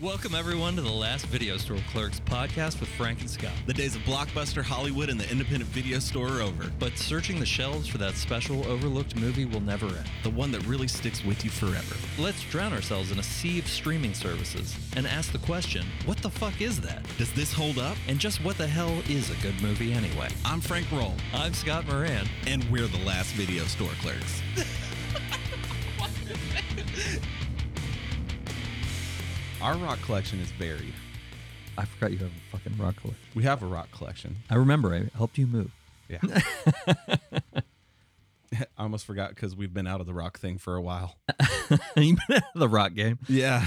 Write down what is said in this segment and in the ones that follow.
Welcome, everyone, to the last Video Store Clerks podcast with Frank and Scott. The days of Blockbuster, Hollywood, and the independent video store are over. But searching the shelves for that special overlooked movie will never end. The one that really sticks with you forever. Let's drown ourselves in a sea of streaming services and ask the question what the fuck is that? Does this hold up? And just what the hell is a good movie anyway? I'm Frank Roll, I'm Scott Moran. and we're the last Video Store Clerks. Our rock collection is buried. I forgot you have a fucking rock collection. We have a rock collection. I remember I helped you move. Yeah. I almost forgot because we've been out of the rock thing for a while. the rock game. Yeah.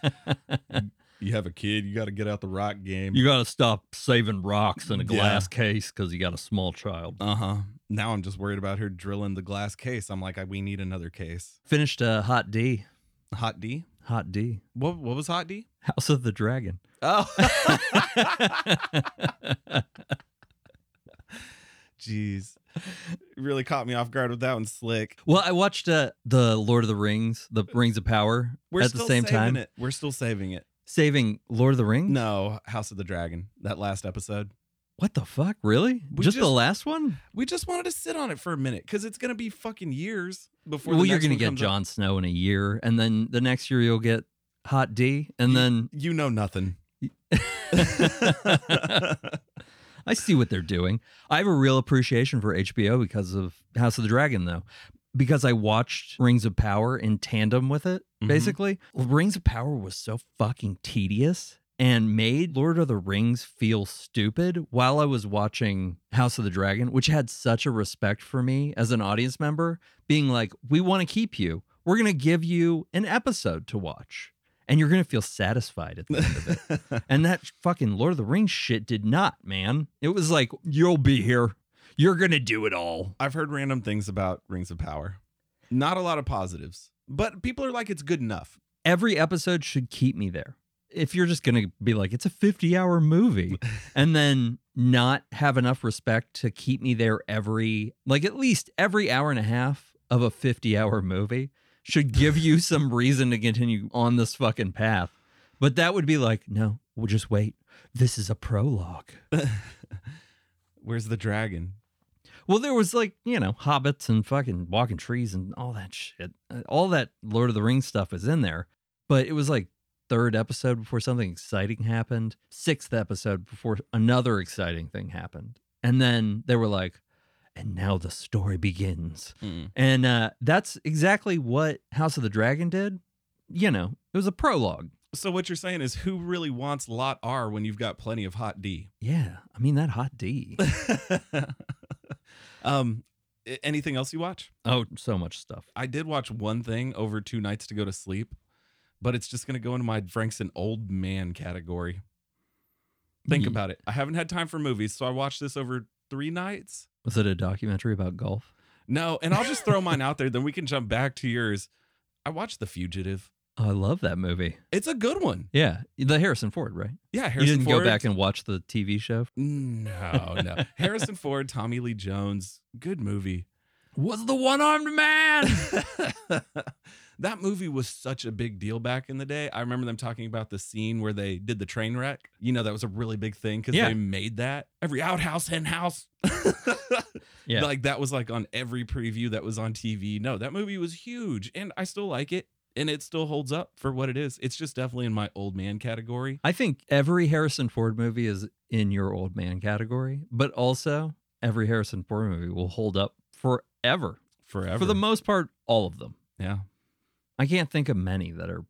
you have a kid, you got to get out the rock game. You got to stop saving rocks in a Yeah. glass case because you got a small child. Uh huh. Now I'm just worried about her drilling the glass case. I'm like, I, we need another case. Finished uh, Hot D. Hot D. Hot D. What what was Hot D? House of the Dragon. Oh, jeez, really caught me off guard with that one, slick. well, I watched uh, the Lord of the Rings, the Rings of Power, We're at still the same saving time. Mm. it. We're still saving it. Saving Lord of the Rings. No, House of the Dragon. That last episode. What the fuck? Really? We Just, the just- last one? We just wanted to sit on it for a minute because it's gonna be fucking years before. well, the you're next gonna one get comes out. Jon Snow in a year, and then the next year you'll get Hot D, and then You know nothing. I see what they're doing. I have a real appreciation for HBO because of House of the Dragon, though, because I watched Rings of Power in tandem with it. Mhm. Basically, Rings of Power was so fucking tedious and made Lord of the Rings feel stupid while I was watching House of the Dragon, which had such a respect for me as an audience member, being like, we want to keep you. We're going to give you an episode to watch, and you're going to feel satisfied at the end of it. And that fucking Lord of the Rings shit did not, man. It was like, you'll be here. You're going to do it all. I've heard random things about Rings of Power. Not a lot of positives, but people are like, it's good enough. Every episode should keep me there. If you're just going to be like, it's a 50 hour movie, and then not have enough respect to keep me there every, like at least every hour and a half of a 50 hour movie should give you some reason to continue on this fucking path. But that would be like, no, we'll just wait. This is a prologue. Where's the dragon? Well, there was like, you know, hobbits and fucking walking trees and all that shit. Uh, All that Lord of the Rings stuff is in there. But it was like third episode before something exciting happened, sixth episode before another exciting thing happened. And then they were like, and now the story begins. And uh, that's exactly what House of the Dragon did. You know, it was a prologue. So what you're saying is, who really wants Lot R when you've got plenty of Hot D? Yeah. I mean, that hot D. um, a- anything else you watch? oh, so much stuff. I did watch one thing over two nights to go to sleep, but it's just gonna go into my Frank's an old man category. Think Ye- about it. I haven't had time for movies, so I watched this over three nights. Was it a documentary about golf? No, and I'll just throw mine out there, then we can jump back to yours. I watched The Fugitive. Oh, I love that movie. It's a good one. Yeah, the Harrison Ford, right? Yeah, Harrison you didn't go Ford. back and watch the TV show. No, no. Harrison Ford, Tommy Lee Jones. Good movie. Was the one-armed man? that movie was such a big deal back in the day. I remember them talking about the scene where they did the train wreck. You know, that was a really big thing because Yeah. they made that. Every outhouse, hen house. Yeah. Like that was like on every preview that was on TV. No, that movie was huge. And I still like it. And it still holds up for what it is. It's just definitely in my old man category. I think every Harrison Ford movie is in your old man category, but also every Harrison Ford movie will hold up forever. Forever. For the most part, all of them. yeah. I can't think of many that are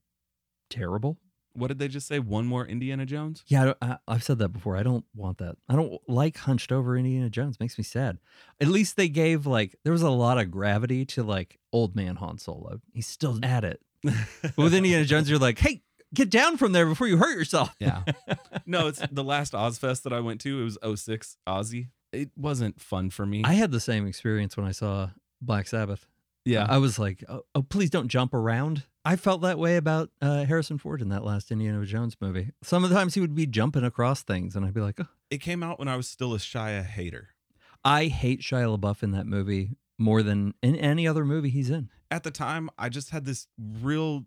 terrible. What did they just say? One more Indiana Jones? Yeah, I don't, I, I've said that before. I don't want that. I don't like hunched over Indiana Jones. Makes me sad. At least they gave like there was a lot of gravity to like old man Han Solo. He's still at it. But with Indiana Jones, you're like, hey, get down from there before you hurt yourself. Yeah. no, it's the last Ozfest that I went to. It was 06 Ozzy. It wasn't fun for me. I had the same experience when I saw Black Sabbath. uh, I was like, oh, oh please don't jump around. I felt that way about uh, Harrison Ford in that last Indiana Jones movie. Sometimes he would be jumping across things, and I'd be like, oh, It came out when I was still a Shia hater. I hate Shia LaBeouf in that movie more than in any other movie he's in. At the time, I just had this real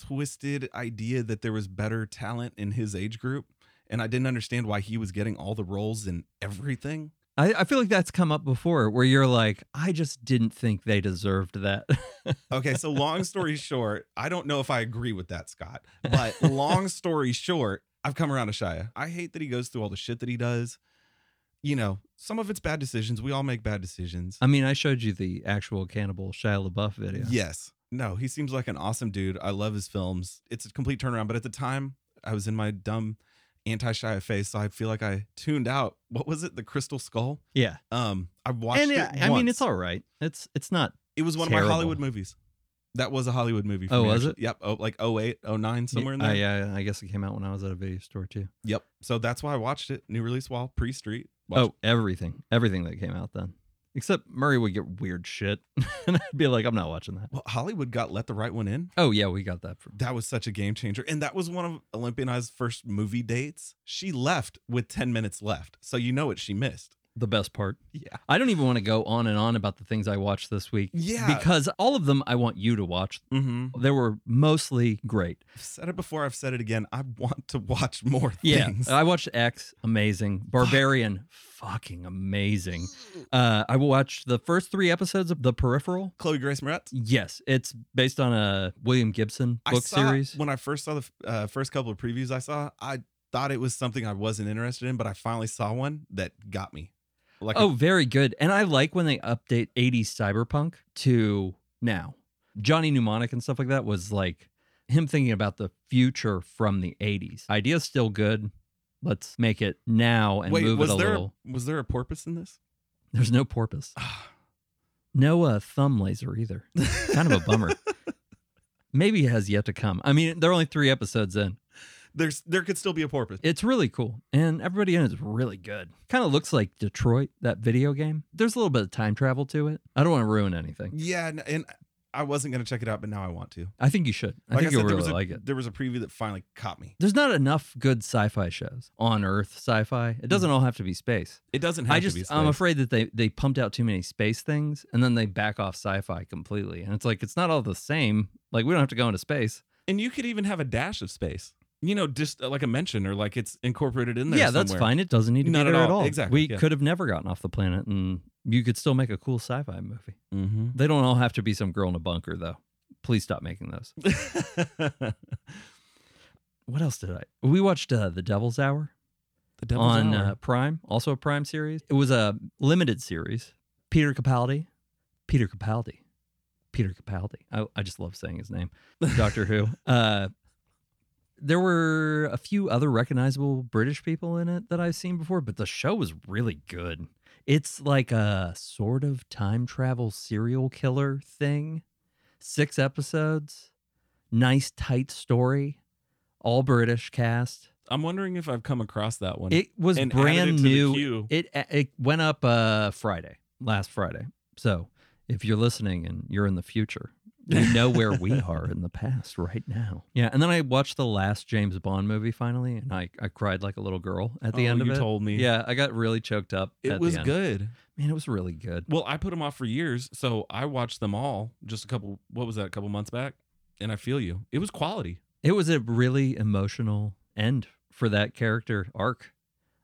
twisted idea that there was better talent in his age group. And I didn't understand why he was getting all the roles in everything. I, I feel like that's come up before where you're like, I just didn't think they deserved that. Okay, so long story short, I don't know if I agree with that, Scott, but long story short, I've come around to Shia. I hate that he goes through all the shit that he does. You know, some of it's bad decisions. We all make bad decisions. I mean, I showed you the actual cannibal Shia LaBeouf video. Yes. No, he seems like an awesome dude. I love his films. It's a complete turnaround. But at the time, I was in my dumb anti Shia phase, so I feel like I tuned out. What was it? The Crystal Skull. Yeah. Um, I watched And uh, it. I- I mean, once. it's all right. It's it's not. It was one of my terrible. Hollywood movies. That was a Hollywood movie. For Oh, me, was actually. Yep. Oh, like 08, 09, somewhere in I- there. yeah, I guess it came out when I was at a video store too. Yep. So that's why I watched it. New release wall, pre street. Oh, everything, everything that came out then, except Murray would get weird shit, and I'd be like, I'm not watching that. Well, Hollywood got Let the Right One In. Oh yeah, we got that from. That was such a game changer. And that was one of Olympia and I's first movie dates. She left with 10 minutes left. So you know what she missed. the best part. Yeah. I don't even want to go on and on about the things I watched this week. Yeah. Because all of them I want you to watch. Mm-hmm. They were mostly great. I've said it before. I've said it again. I want to watch more Yeah. Uh, things. I watched X, amazing. Barbarian, fucking amazing. Uh, I watched the first three episodes of The Peripheral. Chloe Grace Moretz. Yes, it's based on a William Gibson I book saw- series. When I first saw the uh, first couple of previews I saw, I thought it was something I wasn't interested in, but I finally saw one that got me. Like, Oh, very good. And I like when they update 80s cyberpunk to now. Johnny Mnemonic and stuff like that was like him thinking about the future from the 80s. Idea's still good. Let's make it now and wait, move was it a there little. was there a porpoise in this? Ah, There's no porpoise. No uh, thumb laser either. Kind of a bummer. Maybe it has yet to come. I mean, they're only three episodes in. There's there could still be a porpoise. It's really cool. And everybody in it is really good. Kind of looks like Detroit, that video game. There's a little bit of time travel to it. I don't want to ruin anything. Yeah, and, and I wasn't gonna check it out, but now I want to. I think you should. I think said, you'll there really was a, like it. There was a preview that finally caught me. There's not enough good sci-fi shows on Earth. Sci-fi. It doesn't all have to be space. It doesn't I just I'm afraid that they they pumped out too many space things and then they back off sci-fi completely. And it's like it's not all the same. Like we don't have to go into space. and you could even have a dash of space. You know, just uh, like a mention or like it's incorporated in there. yeah, that's somewhere. fine. It doesn't need to Not be at there all. Exactly, We yeah. could have never gotten off the planet, and you could still make a cool sci-fi movie. Mm-hmm. They don't all have to be some girl in a bunker, though. Please stop making those. the What else did I? We watched uh, The Devil's Hour. devil's on hour. Uh, Prime, also a Prime series. It was a limited series. Peter Capaldi, Peter Capaldi, Peter Capaldi. I, I just love saying his name. Doctor Who. Uh, there were a few other recognizable British people in it that I've seen before, but the show was really good. It's like a sort of time travel serial killer thing. Six episodes, nice tight story, all British cast. I'm wondering if I've come across that one. It was and added it brand to the new. queue. It it went up uh Friday, last Friday. So if you're listening and you're in the future, you know where we are in the past right now. Yeah, and then I watched the last James Bond movie finally, and I, I cried like a little girl at the Oh, end of you it. told me. yeah, I got really choked up. It at was the end. good. man. It was really good. Well, I put them off for years, so I watched them all just a couple. What was that? A couple months back, and I feel you. It was quality. It was a really emotional end for that character arc.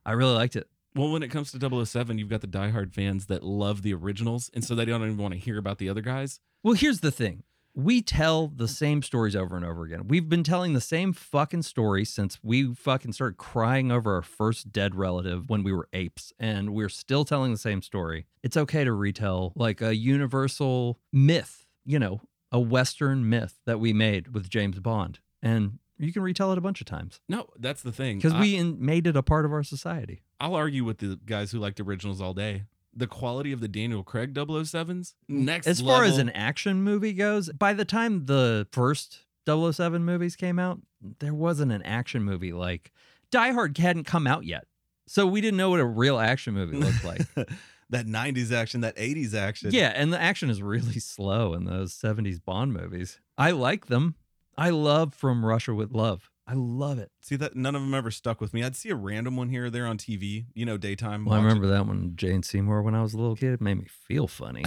I really liked it. Well, when it comes to 007, you've got the diehard fans that love the originals, and so they don't even want to hear about the other guys. Well, here's the thing. We tell the same stories over and over again. We've been telling the same fucking story since we fucking started crying over our first dead relative when we were apes, and we're still telling the same story. It's okay to retell like a universal myth, you know, a Western myth that we made with James Bond. And you can retell it a bunch of times No, that's the thing. because I- we in- made it a part of our society. I'll argue with the guys who liked originals all day. The quality of the Daniel Craig 007s, next Mm, as far as level. an action movie goes, by the time the first 007 movies came out, there wasn't an action movie like Die Hard hadn't come out yet. So we didn't know what a real action movie looked like. that 90s action, that 80s action. yeah, and the action is really slow in those 70s Bond movies. I like them. I love From Russia with Love. I love it. See that none of them ever stuck with me. I'd see a random one here or there on TV, you know, daytime. Well, I watch it. remember that one, Jane Seymour, when I was a little kid, made me feel funny.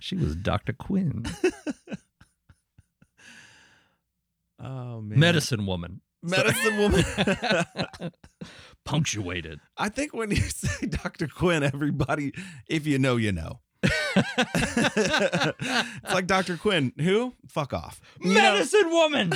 she was Dr. Quinn. Oh man. Medicine woman. Medicine woman. Punctuated. I think when you say Dr. Quinn, everybody, if you know, you know. it's like Dr. Quinn, who? Fuck off. You know, Medicine woman.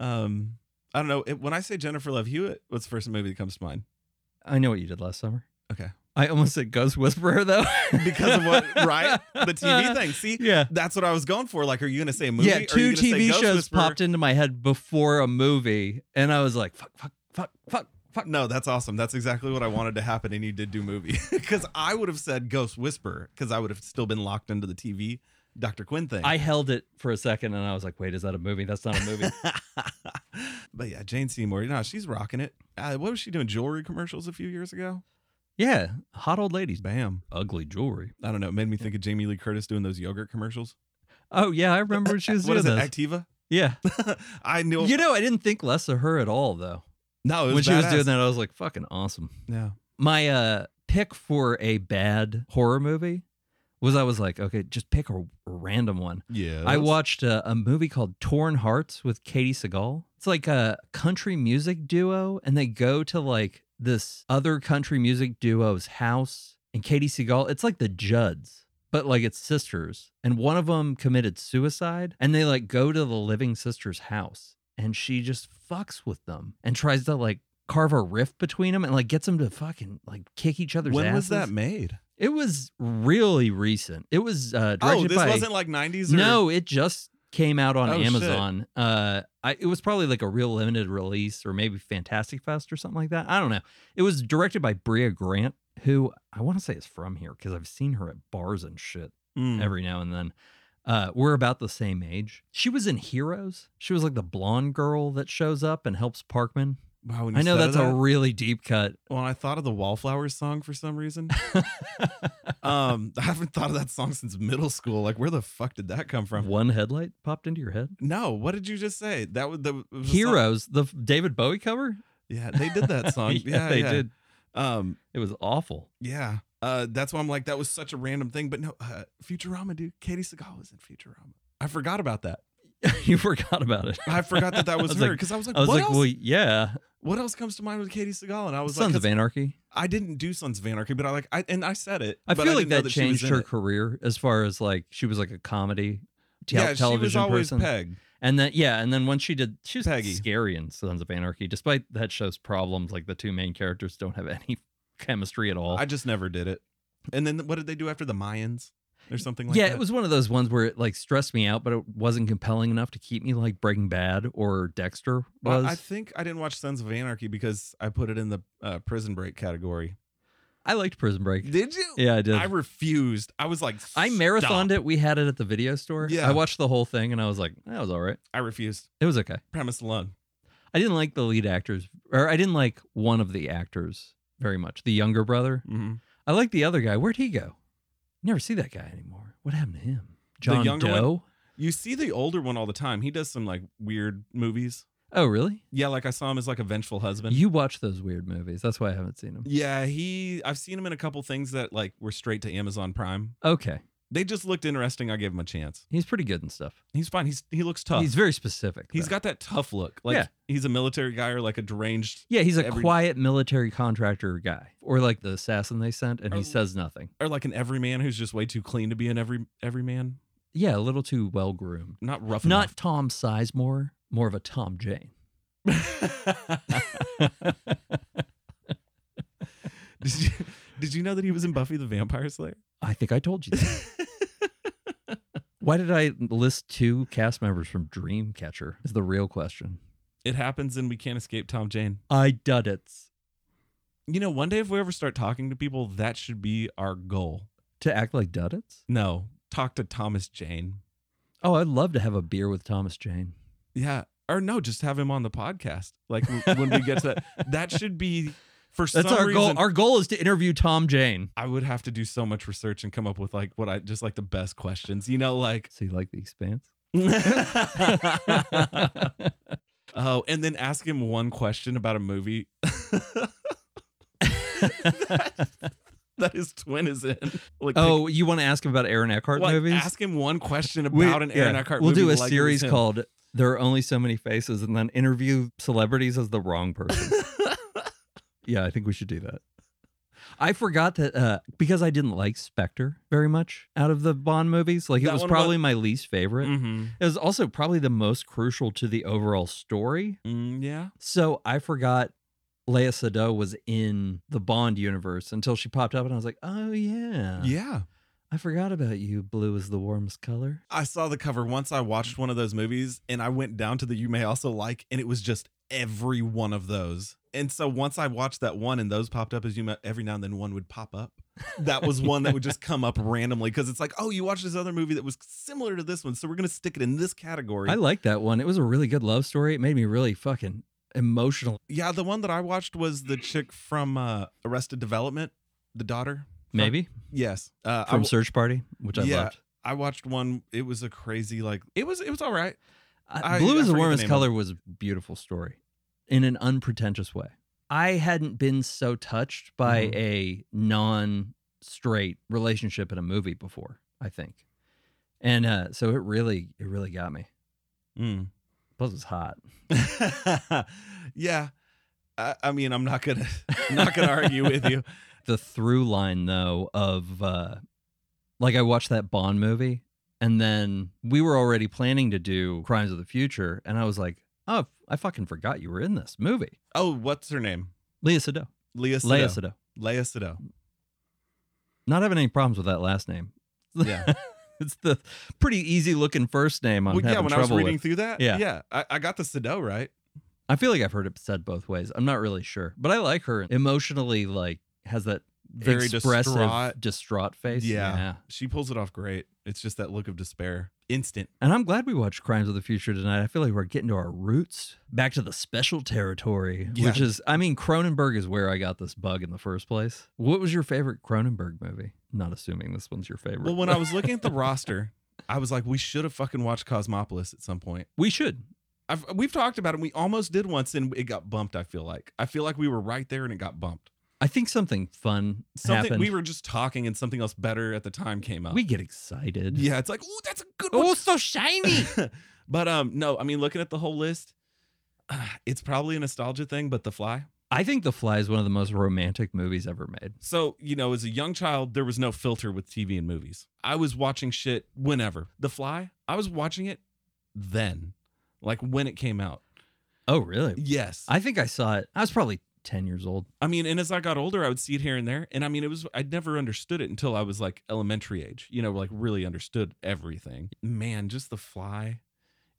um, I don't know. It, when I say Jennifer Love Hewitt, what's the first movie that comes to mind? I know what you did last summer. Okay. I almost said Ghost Whisperer though. Uh, Because of what? right? The TV thing. See, Yeah. that's what I was going for. Like, are you going to say a movie? Yeah, two TV shows popped into my head before a movie, and I was like, fuck, fuck, fuck, fuck, fuck. No, that's awesome. That's exactly what I wanted to happen, and you did do movie because I would have said Ghost Whisperer because I would have still been locked into the TV Dr. Quinn thing. I held it for a second and I was like, wait, is that a movie? That's not a movie. but yeah, Jane Seymour, no, she's rocking it. Uh, what was she doing? Jewelry commercials a few years ago. yeah. Hot old ladies. Bam. Ugly jewelry. I don't know. It made me think of Jamie Lee Curtis doing those yogurt commercials. Oh, yeah. I remember when she was What doing is it? this. Activa. yeah. I knew. You know, I didn't think less of her at all, though. no, Oh, it When was she was badass. doing that, I was like, fucking awesome. Yeah. My uh, pick for a bad horror movie was I was like, okay, just pick a random one. Yeah. I watched a, a movie called Torn Hearts with Katie Seagal. It's like a country music duo, and they go to like this other country music duo's house. And Katie Seagal, it's like the Judds, but like it's sisters. And one of them committed suicide, and they like go to the living sister's house, and she just fucks with them and tries to like carve a rift between them and like gets them to fucking like kick each other's When was asses. that made? It was really recent. It was uh, directed Oh, this by wasn't like '90s. Or... no, it just came out on Oh, shit. Amazon. Uh, I, it was probably like a real limited release or maybe Fantastic Fest or something like that. I don't know. It was directed by Bria Grant, who I want to say is from here because I've seen her at bars and shit Mm. every now and then. Uh, we're about the same age. She was in Heroes. She was like the blonde girl that shows up and helps Parkman. Wow, when you I know said that's that, a really deep cut. Well, I thought of the Wallflowers song for some reason. um, I haven't thought of that song since middle school. Like, where the fuck did that come from? One headlight popped into your head. No, what did you just say? That was the it was a song- Heroes, the f- David Bowie cover. Yeah, they did that song. yeah, they yeah. did. Um, It was awful. yeah. Uh, that's why I'm like, that was such a random thing. But no, uh, Futurama, dude. Katie Seagal was in Futurama. I forgot about that. you forgot about it. I forgot that that was, I was her like- because I was like, I was what like, else? well, yeah, what else comes to mind with Katie Seagal? And I was Sons like, of 'cause Anarchy. I didn't do Sons of Anarchy, but I like, I and I said it. I but feel like didn't know that, she was changed in her it. career as far as like she was like a comedy te- Yeah, she television was always person, Peg. and then yeah, and then once she did, she was Peggy. scary in Sons of Anarchy. Despite that show's problems, like the two main characters don't have any chemistry at all. I just never did it. And then what did they do after the Mayans or something like yeah, that? it was one of those ones where it like stressed me out, but it wasn't compelling enough to keep me like Breaking Bad or Dexter was. Well, I think I didn't watch Sons of Anarchy because I put it in the uh, Prison Break category. I liked Prison Break. Did you? yeah, I did. I refused. I was like, I marathoned "Stop." it. We had it at the video store. Yeah. I watched the whole thing and I was like, that was all right. I refused. It was okay. Premise alone. I didn't like the lead actors, or I didn't like one of the actors very much. The younger brother. Mm-hmm. I like the other guy. Where'd he go? Never see that guy anymore. What happened to him? John younger one? Doe. You see the older one all the time. He does some like weird movies. Oh, really? Yeah, like I saw him as like a vengeful husband. You watch those weird movies. That's why I haven't seen them. yeah, he. I've seen him in a couple things that like were straight to Amazon Prime. Okay, They just looked interesting. I gave him a chance. he's pretty good and stuff. He's fine. He's he looks tough. He's very specific. He's though. got that tough look. Like Yeah. he's a military guy or like a deranged yeah. He's a every- quiet military contractor guy, or like the assassin they sent, and Or- he says nothing. or like an everyman who's just way too clean to be an every everyman. Yeah, a little too well groomed. Not rough Not Tom Sizemore, more of a Tom Jane. enough. did, you, did you know that he was in Buffy the Vampire Slayer? I think I told you. That. Why did I list two cast members from Dreamcatcher? Is the real question. It happens and we can't escape Tom Jane. I dud it You know, one day if we ever start talking to people, that should be our goal. to act like Duddits. No, talk to Thomas Jane. Oh, I'd love to have a beer with Thomas Jane. Yeah. Or no, just have him on the podcast. Like w- when we get to that, that should be for That's some our reason. goal. Our goal is to interview Tom Jane. I would have to do so much research and come up with like what I just like the best questions, you know, like So you like the Expanse? oh, and then ask him one question about a movie. that his twin is in. Like, Oh, you want to ask him about Aaron Eckhart like, movies? ask him one question about We- an Aaron yeah. Eckhart We'll movie. do a like it was series him. called "There Are Only So Many Faces" and then interview celebrities as the wrong person. yeah, I think we should do that. I forgot that uh, because I didn't like Spectre very much out of the Bond movies. Like That it was one probably my least favorite. Mhm. It was also probably the most crucial to the overall story. Mm, yeah. So I forgot Leia Sado was in the Bond universe until she popped up, and I was like, "Oh yeah, Yeah. I forgot about you. Blue is the warmest color." I saw the cover once I watched one of those movies and I went down to the You May Also Like, and it was just every one of those. And so once I watched that one and those popped up as you may, every now and then one would pop up. That was one that would just come up randomly because it's like, oh, you watched this other movie that was similar to this one. So we're going to stick it in this category. I like that one. It was a really good love story. It made me really fucking emotional. yeah, the one that I watched was the chick from uh, Arrested Development, the daughter. from- Maybe Yes. Uh, I from w- Search Party, which I Yeah. loved. I watched one. It was a crazy, like, it was, it was all right. I, I- Uh, Blue is I forget the the warmest name of color was a beautiful story in an unpretentious way. I hadn't been so touched by Mhm. a non-straight relationship in a movie before. I think, and uh, so it really, it really got me. Mm. Plus, it's hot. yeah. I, I mean, I'm not gonna not gonna argue with you. the through line though of uh like I watched that Bond movie and then we were already planning to do Crimes of the Future and I was like, "Oh, I fucking forgot you were in this movie." Oh, what's her name? Leah Sado. Leah Leah Sado. Sado. Leah Sado. Not having any problems with that last name. Yeah. it's the pretty easy looking first name I'm Well, yeah, having when I was trouble reading with. through that, Yeah. yeah, I, I got the Sado right. I feel like I've heard it said both ways. I'm not really sure, but I like her. Emotionally like has that Very expressive distraught. distraught face. Yeah. She pulls it off great. It's just that look of despair, instant. And I'm glad we watched Crimes of the Future tonight. I feel like we're getting to our roots, back to the special territory, Yeah. which is, I mean, Cronenberg is where I got this bug in the first place. What was your favorite Cronenberg movie? Not assuming this one's your favorite. Well, when I was looking at the roster, I was like, we should have fucking watched Cosmopolis at some point. we should. I've, we've talked about it. We almost did once, and it got bumped. I feel like I feel like we were right there, and it got bumped. I think something fun Something happened. we were just talking, and something else better at the time came up. We get excited. yeah, it's like, oh, that's a good one. Oh, so shiny. but um, no, I mean, looking at the whole list, uh, it's probably a nostalgia thing. But The Fly. I think The Fly is one of the most romantic movies ever made. So you know, as a young child, there was no filter with TV and movies. I was watching shit whenever. The Fly. I was watching it then, like when it came out. Oh, really? Yes. I, I think I saw it. I was probably 10 years old. mean, and as I got older, I would see it here and there. And I mean, it was I'd never understood it until I was like elementary age. You know, like really understood everything. Man, just The Fly.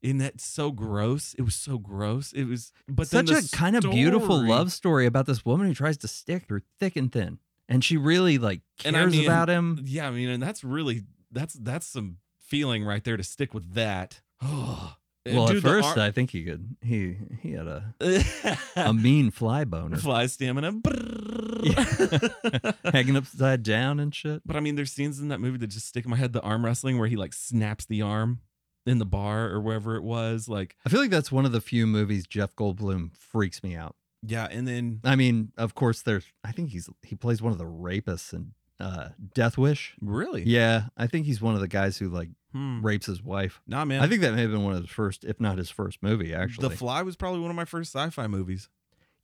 And that's so gross. It was so gross. It was, but then such the a kind of beautiful story- love story about this woman who tries to stick through thick and thin, and she really like cares And I mean- about him. Yeah, I mean, and that's really that's that's some feeling right there to stick with that. well, Well, at first I think he could. He he had a a I mean fly boner, fly stamina. Brrrr. hanging upside down and shit. but I mean, there's scenes in that movie that just stick in my head. The arm wrestling where he like snaps the arm in the bar or wherever it was. Like, I feel like that's one of the few movies Jeff Goldblum freaks me out. yeah, and then I mean, of course, there's. I think he's he plays one of the rapists in uh, Death Wish. really, Yeah, I think he's one of the guys who like Hmm. rapes his wife. nah, man. I think that may have been one of his first, if not his first movie, actually. The Fly was probably one of my first sci-fi movies.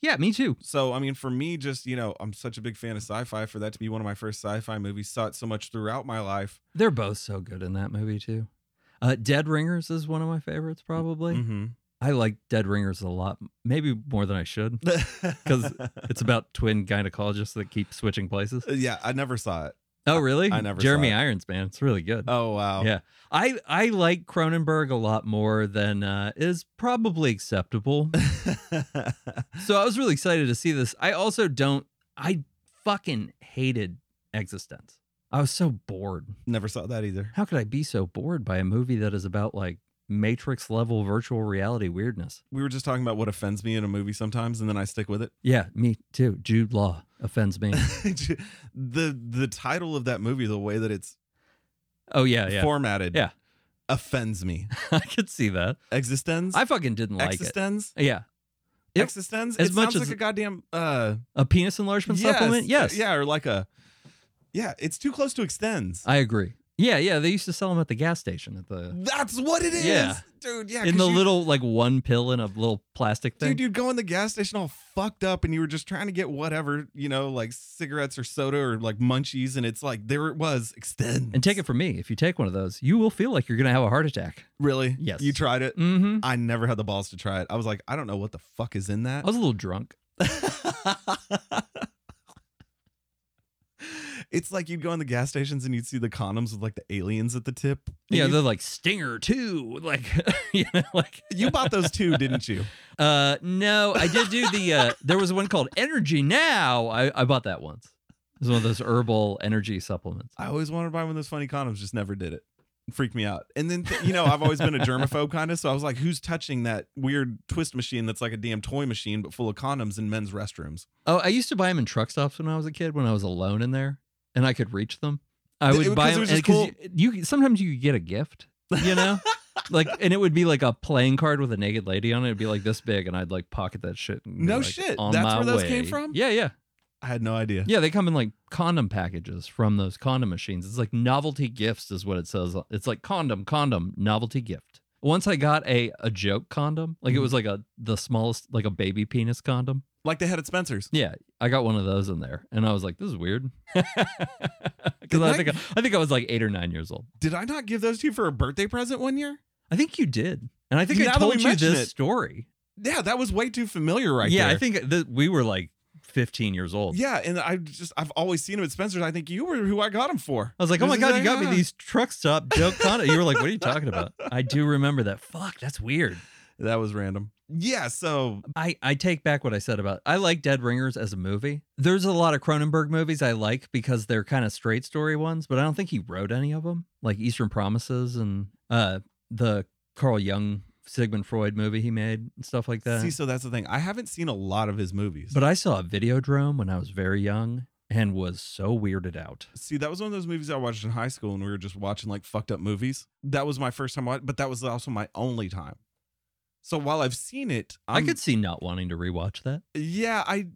yeah, me too. So I mean, for me, just you know, I'm such a big fan of sci-fi. For that to be one of my first sci-fi movies, saw it so much throughout my life. They're both so good in that movie too. Uh, Dead Ringers is one of my favorites, probably. Mm-hmm. I like Dead Ringers a lot, maybe more than I should. Because It's about twin gynecologists that keep switching places. uh, yeah, I never saw it. Oh, really? I never Jeremy saw Irons, man, it's really good. Oh wow. Yeah. I I like Cronenberg a lot more than uh, is probably acceptable. so I was really excited to see this. I also don't. I fucking hated Existence. I was so bored. never saw that either. How could I be so bored by a movie that is about like Matrix level virtual reality weirdness? We were just talking about what offends me in a movie sometimes, and then I stick with it. Yeah, me too. Jude Law offends me. the the title of that movie, the way that it's oh yeah, yeah. formatted, Yeah. offends me. I could see that. Existence. I fucking didn't like Existence. it. Yeah, Yep. Existence. As it much sounds as- like a goddamn uh a penis enlargement supplement. Yes. Yeah, or like a Yeah, it's too close to extends. I agree. Yeah, yeah. They used to sell them at the gas station at the That's what it is, Yeah. dude. Yeah, in 'cause the you- little like one pill in a little plastic thing. Dude, you'd go in the gas station all fucked up and you were just trying to get whatever, you know, like cigarettes or soda or like munchies. And it's like, there it was, extend. and take it from me, if you take one of those, you will feel like you're gonna have a heart attack. Really? Yes. You tried it? Mm-hmm. I never had the balls to try it. I was like, I don't know what the fuck is in that. I was a little drunk. it's like you'd go in the gas stations and you'd see the condoms with like the aliens at the tip. And Yeah, You, they're like Stinger too. Like, you know, like. you bought those too, didn't you? Uh, no, I did do the. Uh, there was one called Energy Now. I I bought that once. It was one of those herbal energy supplements. I always wanted to buy one of those funny condoms, just never did it. It Freaked me out. And then, you know, I've always been a germaphobe kind of. So I was like, who's touching that weird twist machine that's like a damn toy machine, but full of condoms in men's restrooms? Oh, I used to buy them in truck stops when I was a kid. When I was alone in there, and I could reach them, I Th- would it- buy 'cause it them. was and- just 'cause You, you sometimes you could get a gift, you know, like, and it would be like a playing card with a naked lady on it. It'd be like this big, and I'd like pocket that shit. And be No like, shit. on That's my where those came way. from? Yeah, yeah, I had no idea. yeah. They come in like condom packages from those condom machines. It's like novelty gifts, is what it says. It's like condom, condom, novelty gift. Once I got a a joke condom, like it was like a the smallest, like a baby penis condom. Like they had at Spencer's. Yeah, I got one of those in there, and I was like, "This is weird," because Didn't I I- think I, I think I was like eight or nine years old. Did I not give those to you for a birthday present one year? I think you did, and I think Now I that we told you mention this it, story. Yeah, that was way too familiar right yeah, there. I think that we were like fifteen years old. Yeah, and I just I've always seen them at Spencer's. I think you were who I got them for. I was like, "Oh my This is god, you got me a- these truck stop joke condoms." You were like, "What are you talking about?" I do remember that. Fuck, that's weird. That was random. Yeah, so I, I take back what I said about I like Dead Ringers as a movie. There's a lot of Cronenberg movies I like because they're kind of straight story ones, but I don't think he wrote any of them, like Eastern Promises and uh the Carl Jung Sigmund Freud movie he made and stuff like that. see, so that's the thing. I haven't seen a lot of his movies. but I saw Videodrome when I was very young and was so weirded out. See, that was one of those movies I watched in high school, and we were just watching like fucked up movies. That was my first time, wa- but that was also my only time. So while I've seen it, i I'm, could see not wanting to rewatch that. Yeah, I.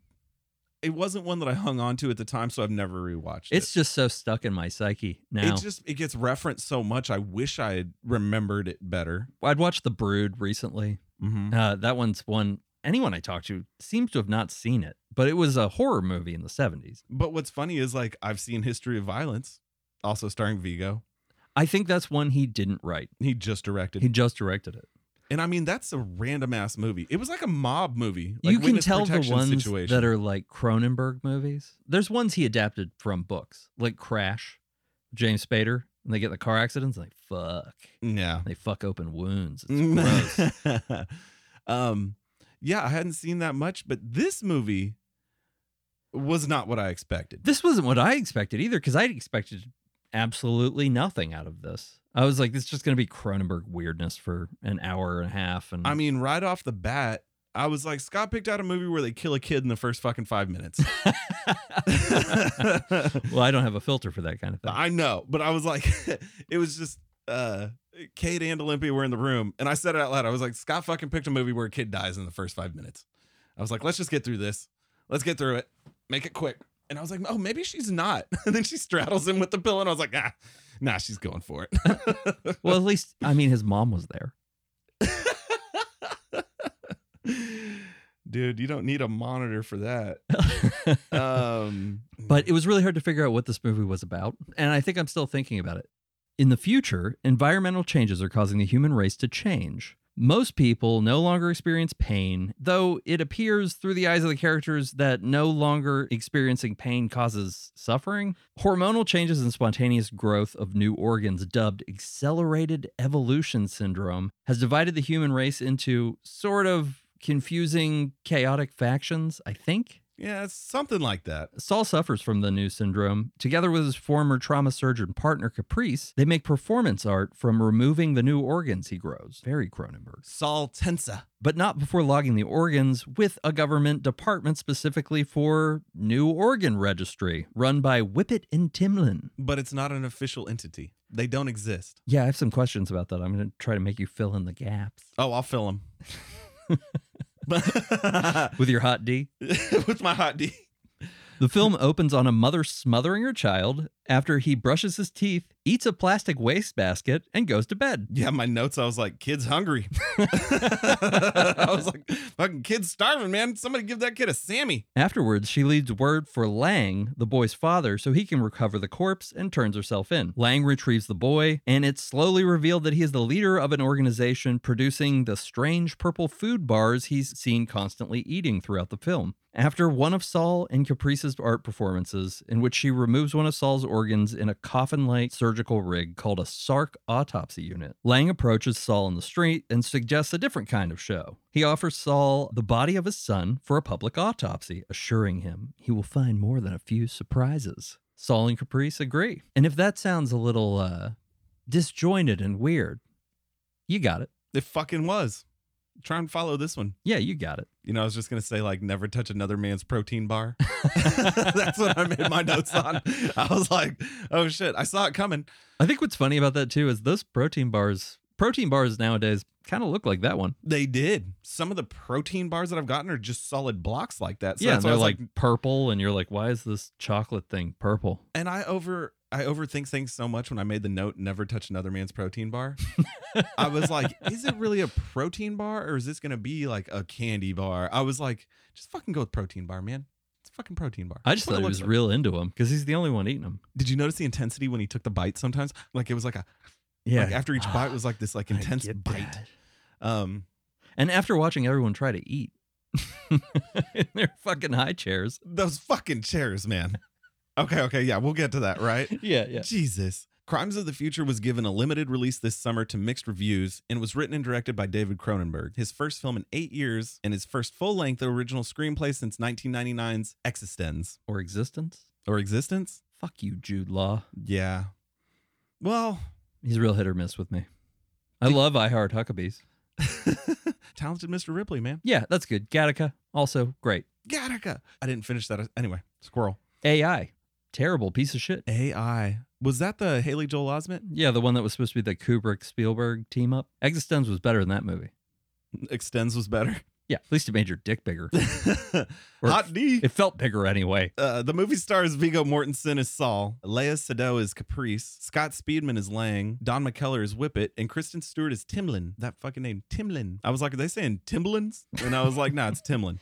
It wasn't one that I hung on to at the time, so I've never rewatched It's it. just so stuck in my psyche now. It just it gets referenced so much. I wish I had remembered it better. I'd watched The Brood recently. Mm-hmm. Uh, that one's one anyone I talked to seems to have not seen it, but it was a horror movie in the 70s. But what's funny is like I've seen History of Violence, also starring Vigo. I think that's one he didn't write. He just directed, He just directed it. and I mean that's a random ass movie. It was like a mob movie. you like can witness tell the protection ones situation. that are like Cronenberg movies. There's ones he adapted from books, like Crash, James Spader, and they get in the car accidents and they fuck. yeah. They fuck open wounds. It's gross. um yeah i hadn't seen that much but this movie was not what i expected this wasn't what I expected either, because I expected absolutely nothing out of this. I was like, this is just going to be Cronenberg weirdness for an hour and a half. And i mean right off the bat i was like scott picked out a movie where they kill a kid in the first fucking five minutes well, I don't have a filter for that kind of thing. i know but i was like it was just uh kate and olympia were in the room and i said it out loud i was like scott fucking picked a movie where a kid dies in the first five minutes i was like let's just get through this let's get through it make it quick and i was like oh maybe she's not and then she straddles him with the pillow and i was like ah nah she's going for it well, at least I mean his mom was there. Dude, you don't need a monitor for that. Um, but it was really hard to figure out what this movie was about, and I think I'm still thinking about it. In the future, environmental changes are causing the human race to change. Most people no longer experience pain, though it appears through the eyes of the characters that no longer experiencing pain causes suffering. Hormonal changes and spontaneous growth of new organs, dubbed accelerated evolution syndrome, has divided the human race into sort of confusing, chaotic factions, I think. yeah, it's something like that. Saul suffers from the new syndrome. Together with his former trauma surgeon partner Caprice, they make performance art from removing the new organs he grows. Very Cronenberg. Saul Tensa. But not before logging the organs with a government department specifically for new organ registry, run by Whippet and Timlin. But it's not an official entity. They don't exist. Yeah, I have some questions about that. I'm going to try to make you fill in the gaps Oh, I'll fill them. with with your hot D. my hot D. The film opens on a mother smothering her child after he brushes his teeth, eats a plastic wastebasket, and goes to bed. Yeah, my notes. I was like, "Kid's hungry." I was like, "Fucking kid's starving, man! Somebody give that kid a Sammy." Afterwards, she leaves word for Lang, the boy's father, so he can recover the corpse and turns herself in. Lang retrieves the boy, and it's slowly revealed that he is the leader of an organization producing the strange purple food bars he's seen constantly eating throughout the film. After one of Saul and Caprice's art performances, in which she removes one of Saul's organs in a coffin like surgical rig called a SARC autopsy unit, Lang approaches Saul in the street and suggests a different kind of show. He offers Saul the body of his son for a public autopsy, assuring him he will find more than a few surprises. Saul and Caprice agree. And if that sounds a little uh, disjointed and weird, you got it. It fucking was. Try and follow this one. Yeah, you got it. You know, I was just gonna say like, never touch another man's protein bar. That's what I made my notes on. I was like, oh shit, I saw it coming. I think what's funny about that too is those protein bars, protein bars nowadays kind of look like that one. They did. Some of the protein bars that I've gotten are just solid blocks like that. So yeah, and that's why I they're was like, purple, and you're like, why is this chocolate thing purple? and I over I overthink things so much when I made the note never touch another man's protein bar. I was like, is it really a protein bar or is this gonna be like a candy bar? I was like, just fucking go with protein bar, man. It's a fucking protein bar. I just That's thought what he it was looks like. real into them because he's the only one eating them. Did you notice the intensity when he took the bite sometimes? Like it was like a like after each bite was like this like I intense get bite. that. Um And after watching everyone try to eat in their fucking high chairs. those fucking chairs, man. Okay, okay, yeah, we'll get to that, right? Yeah, yeah. Jesus. Crimes of the Future was given a limited release this summer to mixed reviews and was written and directed by David Cronenberg, his first film in eight years and his first full length original screenplay since 1999's Existence. Or existence. Or Existence? Fuck you, Jude Law. Yeah. Well, He's real hit or miss with me. I love I Heart Huckabees. talented Mr. Ripley, man. Yeah, that's good. Gattaca, also great. Gattaca. I didn't finish that. uh, Anyway, Squirrel. AI, terrible piece of shit. AI. Was that the Haley Joel Osment? Yeah, the one that was supposed to be the Kubrick Spielberg team up. Existence was better than that movie. Extends was better. Yeah, at least it made your dick bigger. Or Hot D. It felt bigger anyway. Uh, the movie stars Vigo Mortensen as Saul, Leia Sado is Caprice, Scott Speedman is Lang, Don McKellar is Whippet, and Kristen Stewart is Timlin. That fucking name, Timlin. I was like, are they saying Timblins? And I was like, nah, it's Timlin.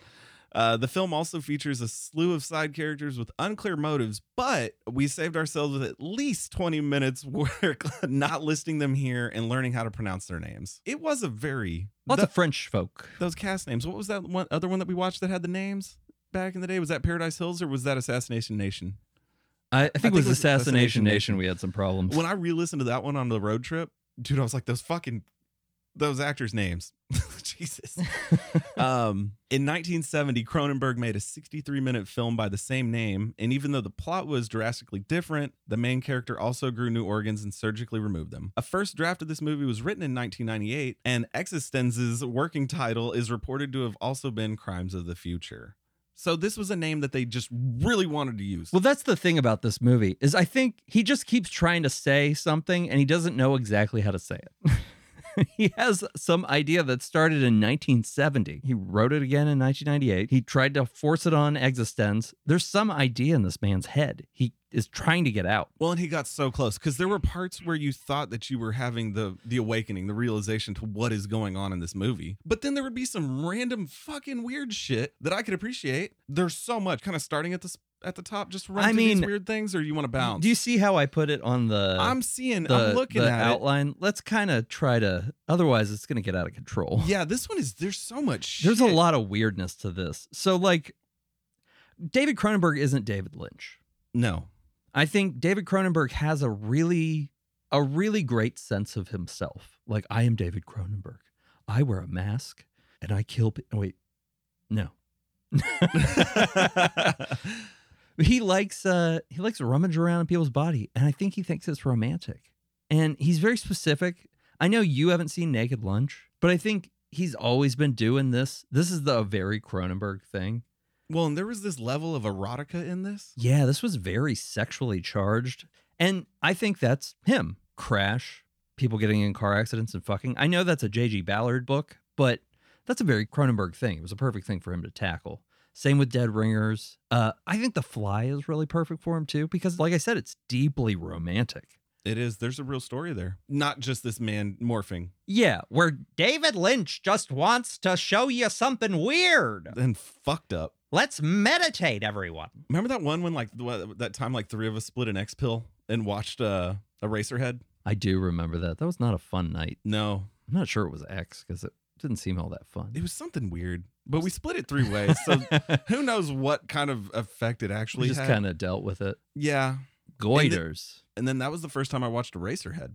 Uh, the film also features a slew of side characters with unclear motives, but we saved ourselves with at least 20 minutes work not listing them here and learning how to pronounce their names. It was a very Lots th- of French folk. those cast names. What was that one other one that we watched that had the names back in the day? Was that Paradise Hills or was that Assassination Nation? I, I think it was Assassination Assassination Nation. Nation. We had some problems. When I re-listened to that one on the road trip, dude, I was like, those fucking those actors' names. Jesus. um, in 1970, Cronenberg made a 63-minute film by the same name, and even though the plot was drastically different, the main character also grew new organs and surgically removed them. A first draft of this movie was written in 1998, and Existence's working title is reported to have also been Crimes of the Future. So this was a name that they just really wanted to use. Well, that's the thing about this movie is I think he just keeps trying to say something and he doesn't know exactly how to say it. he has some idea that started in 1970. He wrote it again in 1998. He tried to force it on Existence. There's some idea in this man's head. He is trying to get out. Well, and he got so close because there were parts where you thought that you were having the the awakening, the realization to what is going on in this movie. But then there would be some random fucking weird shit that I could appreciate. There's so much kind of starting at the s- at the top. Just run I through these mean, weird things, or you want to bounce? Do you see how I put it on the I'm seeing. the, I'm looking the at it. outline? Let's kind of try to otherwise it's going to get out of control. Yeah, this one is. There's so much. There's a shit. lot of weirdness to this. So like David Cronenberg isn't David Lynch. No. I think David Cronenberg has a really a really great sense of himself. Like I am David Cronenberg. I wear a mask and I kill pe- wait. No. he likes uh he likes to rummage around in people's body and I think he thinks it's romantic. And he's very specific. I know you haven't seen Naked Lunch, but I think he's always been doing this. This is the very Cronenberg thing. well, and there was this level of erotica in this. Yeah, this was very sexually charged. And I think that's him. Crash, people getting in car accidents and fucking. I know that's a J.G. Ballard book, but that's a very Cronenberg thing. It was a perfect thing for him to tackle. Same with Dead Ringers. Uh, I think The Fly is really perfect for him too, because like I said, it's deeply romantic. It is. There's a real story there. Not just this man morphing Yeah, where David Lynch just wants to show you something weird. and fucked up. Let's meditate, everyone. Remember that one when like the- that time like three of us split an X pill and watched uh, Eraserhead? I do remember that. That was not a fun night. No, I'm not sure it was X because it didn't seem all that fun. it was something weird, but we split it three ways. So who knows what kind of effect it actually we just had? kind of dealt with it. yeah. Goiters. And then that was the first time I watched Eraserhead.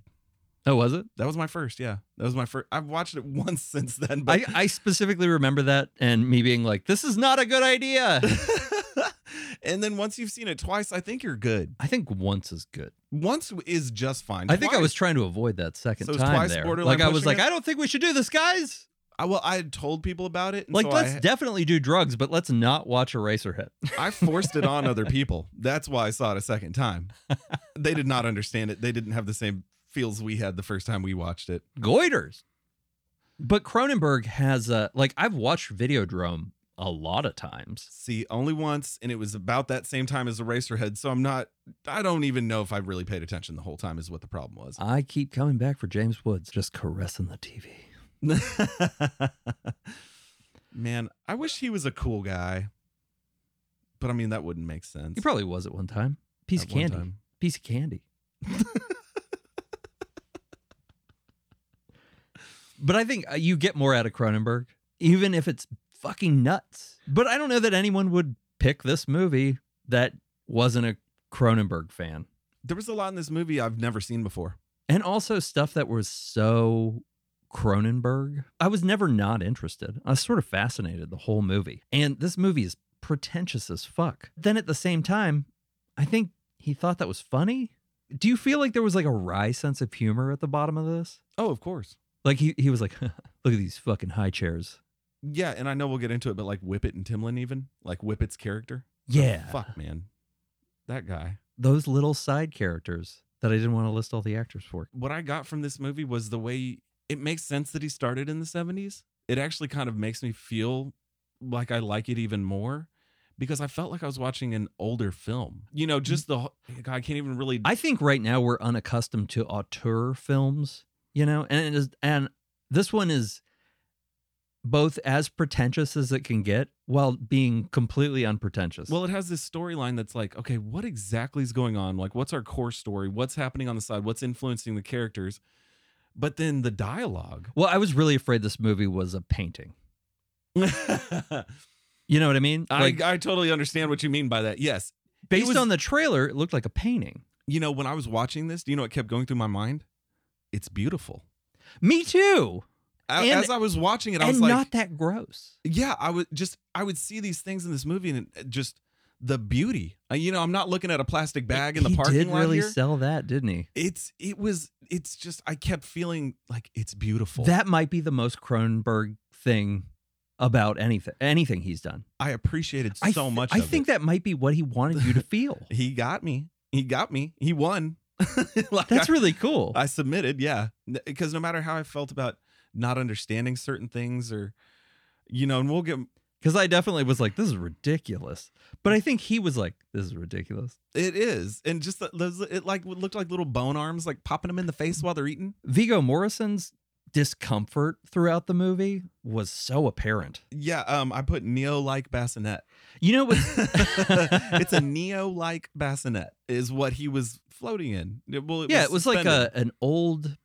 oh, was it? That was my first. Yeah, that was my first. I've watched it once since then. But I, I specifically remember that and me being like, this is not a good idea. and then once you've seen it twice, I think you're good. I think once is good. Once is just fine. I think I Twice- was trying to avoid that second So is time twice there. borderline Like I was like, pushing it? I don't think we should do this, guys. I well, I had told people about it. and Like, so let's I, definitely do drugs, but let's not watch Eraserhead. I forced it on other people. That's why I saw it a second time. They did not understand it. They didn't have the same feels we had the first time we watched it. Goiters. But Cronenberg has uh like I've watched Videodrome a lot of times. See, only once, and it was about that same time as Eraserhead. So I'm not. I don't even know if I really paid attention the whole time. Is what the problem was. I keep coming back for James Woods, just caressing the TV. Man, I wish he was a cool guy. But I mean, that wouldn't make sense. He probably was at one time. Piece At of one candy. time. Piece of candy. but I think uh, you get more out of Cronenberg, even if it's fucking nuts. But I don't know that anyone would pick this movie that wasn't a Cronenberg fan. There was a lot in this movie I've never seen before. And also stuff that was so Cronenberg. I was never not interested. I was sort of fascinated the whole movie. And this movie is pretentious as fuck. Then at the same time, I think he thought that was funny. Do you feel like there was like a wry sense of humor at the bottom of this? Oh, of course. Like he, he was like, look at these fucking high chairs. Yeah, and I know we'll get into it, but like Whippet and Timlin, even like Whippet's character. Yeah. Fuck, man. That guy. Those little side characters that I didn't want to list all the actors for. What I got from this movie was the way it makes sense that he started in the 70s. It actually kind of makes me feel like I like it even more because I felt like I was watching an older film. You know, just the whole- God, I can't even really I think right now we're unaccustomed to auteur films, you know, and it is, and this one is both as pretentious as it can get while being completely unpretentious. Well, it has this storyline that's like, okay, what exactly is going on? Like, what's our core story? What's happening on the side? What's influencing the characters? But then the dialogue. well, I was really afraid this movie was a painting. You know what I mean? Like I, I totally understand what you mean by that. Yes. based was- on the trailer, it looked like a painting. You know, when I was watching this, do you know what kept going through my mind? It's beautiful. Me too. A- And- As I was watching it, I was And like, not that gross. yeah, I would just, I would see these things in this movie and it- just the beauty. Uh, You know, I'm not looking at a plastic bag in the he parking did lot really here. sell that, didn't he? It's, it was, it's just, I kept feeling like it's beautiful. That might be the most Cronenberg thing about anything anything he's done. I appreciated so I th- much. I of think it. that might be what he wanted you to feel. he got me. He got me. He won. Like, That's I, really cool. I submitted. Yeah, because no matter how I felt about not understanding certain things, or you know, and we'll get Because I definitely was like, this is ridiculous. But I think he was like, this is ridiculous. it is, and just the- those, it like looked like little bone arms, like popping them in the Mm. face while they're eating. Vigo Morrison's discomfort throughout the movie was so apparent. Yeah, um, I put neo like bassinet. You know what? it's a neo like bassinet is what he was floating in. Well, yeah, it was like suspended. a, an old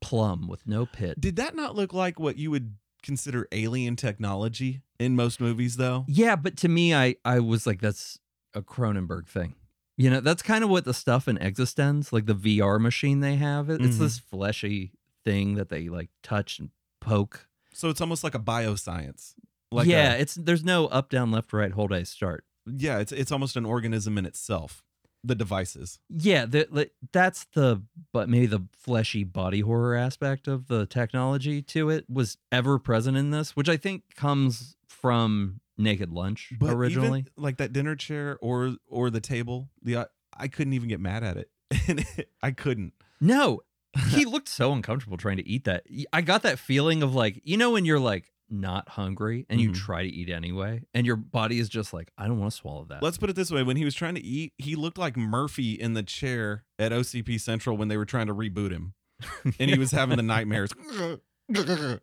plum with no pit. Did that not look like what you would consider alien technology in most movies, though? Yeah, but to me, I, I was like, that's a Cronenberg thing. You know, that's kind of what the stuff in Existence, like the VR machine they have, it- it's Mhm. this fleshy thing that they like touch and poke. So it's almost like a bioscience. Like yeah, a- it's there's no up, down, left, right, hold, A, start. yeah, it's it's almost an organism in itself. The devices. Yeah, the, the, that's the but maybe the fleshy body horror aspect of the technology to it was ever present in this, which I think comes from Naked Lunch even, originally. like that dinner chair or or the table, the uh, I couldn't even get mad at it. And I couldn't. no, he looked so uncomfortable trying to eat that. Y- I got that feeling of like, you know, when you're like, not hungry and Mhm. you try to eat anyway, and your body is just like, I don't want to swallow that. Let's put it this way: when he was trying to eat, he looked like Murphy in the chair at OCP Central when they were trying to reboot him, and he was having the nightmares. Uh,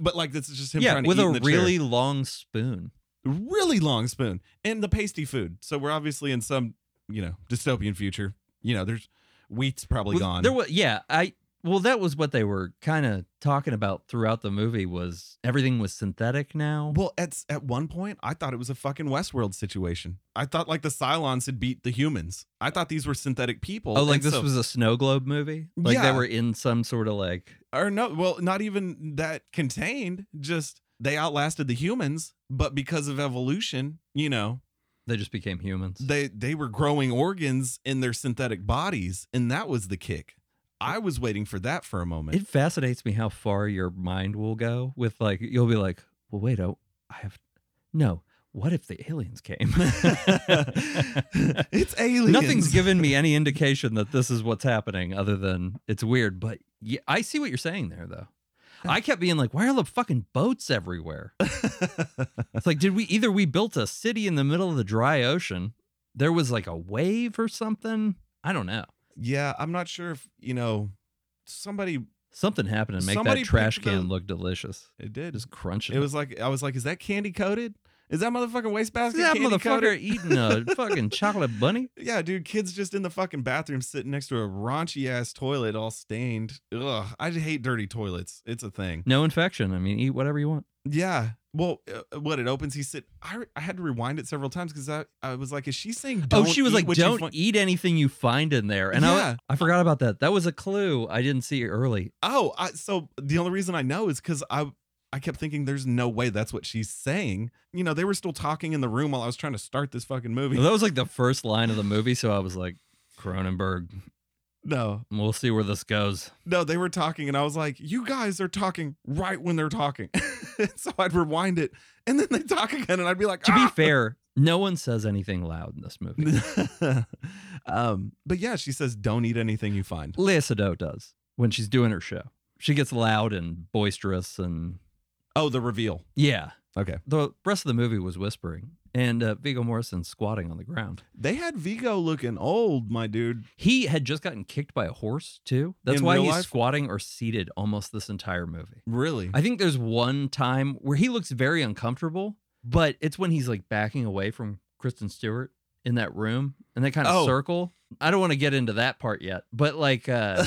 but like this is just him yeah, trying to with eat a in the chair. really long spoon. really long spoon and the pasty food. So we're obviously in some you know dystopian future. You know, there's wheat's probably Well, gone. There was yeah, I well that was what they were kind of talking about throughout the movie was everything was synthetic now. Well, at at one point, I thought it was a fucking Westworld situation. I thought like the Cylons had beat the humans. I thought these were synthetic people. oh, like and this so- was a snow globe movie? Like Yeah. they were in some sort of like or no, well, not even that contained. Just they outlasted the humans, but because of evolution, you know, they just became humans. they they were growing organs in their synthetic bodies, and that was the kick. I was waiting for that for a moment. it fascinates me how far your mind will go with like you'll be like, well, wait, oh, I have no. What if the aliens came? it's aliens. Nothing's given me any indication that this is what's happening, other than it's weird. But yeah, I see what you're saying there, though. I kept being like, why are the fucking boats everywhere? It's like, did we either we built a city in the middle of the dry ocean? There was like a wave or something. I don't know. yeah, I'm not sure if you know somebody. Something happened to make Somebody that trash picked the- can look delicious. It did. Just crunching. It was like I was like, is that candy coated? Is that motherfucking wastebasket? Is that candy motherfucker coated? eating a fucking chocolate bunny? Yeah, dude, kids just in the fucking bathroom sitting next to a raunchy ass toilet all stained. Ugh, I just hate dirty toilets. It's a thing. No infection. I mean, eat whatever you want. Yeah. Well, uh, what it opens, he said. I, I had to rewind it several times because I, I was like, is she saying don't? oh, she was eat like, what you "Don't find-" eat anything you find in there," and Yeah. I I forgot about that. That was a clue I didn't see early. Oh, I, so the only reason I know is because I I kept thinking there's no way that's what she's saying. You know, they were still talking in the room while I was trying to start this fucking movie. that was like the first line of the movie, so I was like, "Cronenberg, No, we'll see where this goes." No, they were talking, and I was like, "You guys are talking right when they're talking." so I'd rewind it, and then they talk again, and I'd be like, To be "Ah!" fair, no one says anything loud in this movie. "Ah!" um, but yeah, she says, "Don't eat anything you find." Lea Seydoux does when she's doing her show. She gets loud and boisterous, and Oh, the reveal. yeah, Okay, the rest of the movie was whispering and uh, Viggo Morrison squatting on the ground. they had Vigo looking old, my dude. He had just gotten kicked by a horse too. That's In why real he's life? squatting or seated almost this entire movie. Really? I think there's one time where he looks very uncomfortable, but it's when he's like backing away from Kristen Stewart in that room and they kind of Oh. circle. I don't want to get into that part yet, but like uh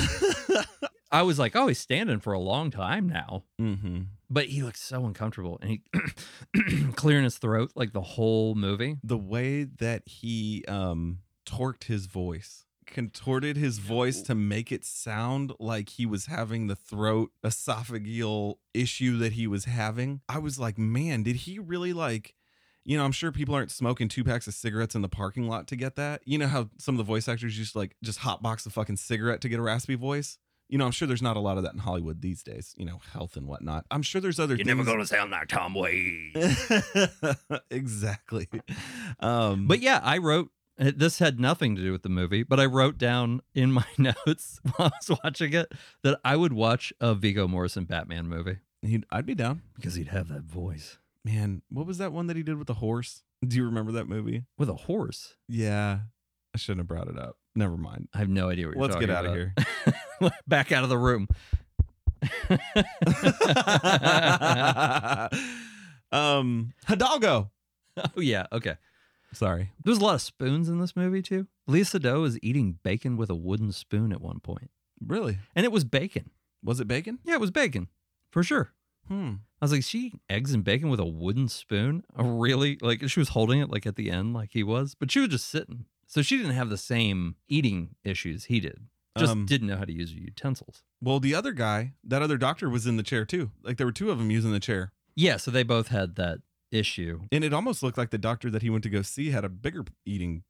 I was like, "Oh, he's standing for a long time now." mm-hmm. But he looks so uncomfortable and he clearing his throat like the whole movie. The way that he um torqued his voice. Contorted his voice to make it sound like he was having the throat esophageal issue that he was having. I was like, man, did he really like, you know, I'm sure people aren't smoking two packs of cigarettes in the parking lot to get that. You know how some of the voice actors used to like just hotbox a fucking cigarette to get a raspy voice? You know, I'm sure there's not a lot of that in Hollywood these days, you know, health and whatnot. I'm sure there's other things. to sound like Tom Wade. exactly. Um, But yeah, I wrote uh, this had nothing to do with the movie, but I wrote down in my notes while I was watching it that I would watch a Vigo Morrison Batman movie He'd, I'd be down. because he'd have that voice Man, what was that one that he did with the horse? Do you remember that movie? with a horse. Yeah. I shouldn't have brought it up. Never mind. I have no idea what you're Let's talking get out about. of here. here. Back out of the room. oh um, Hidalgo. Oh, yeah, okay. Sorry. There's a lot of spoons in this movie too. Lisa Doe is eating bacon with a wooden spoon at one point, Really? and it was bacon. Was it bacon? Yeah, it was bacon for sure. Hmm. I was like, she eating eggs and bacon with a wooden spoon? A really? Like, she was holding it, like, at the end, like he was, but she was just sitting. So she didn't have the same eating issues he did. Just Um, didn't know how to use utensils. Well, the other guy, that other doctor was in the chair too. Like there were two of them using the chair. Yeah, so they both had that issue. And it almost looked like the doctor that he went to go see had a bigger eating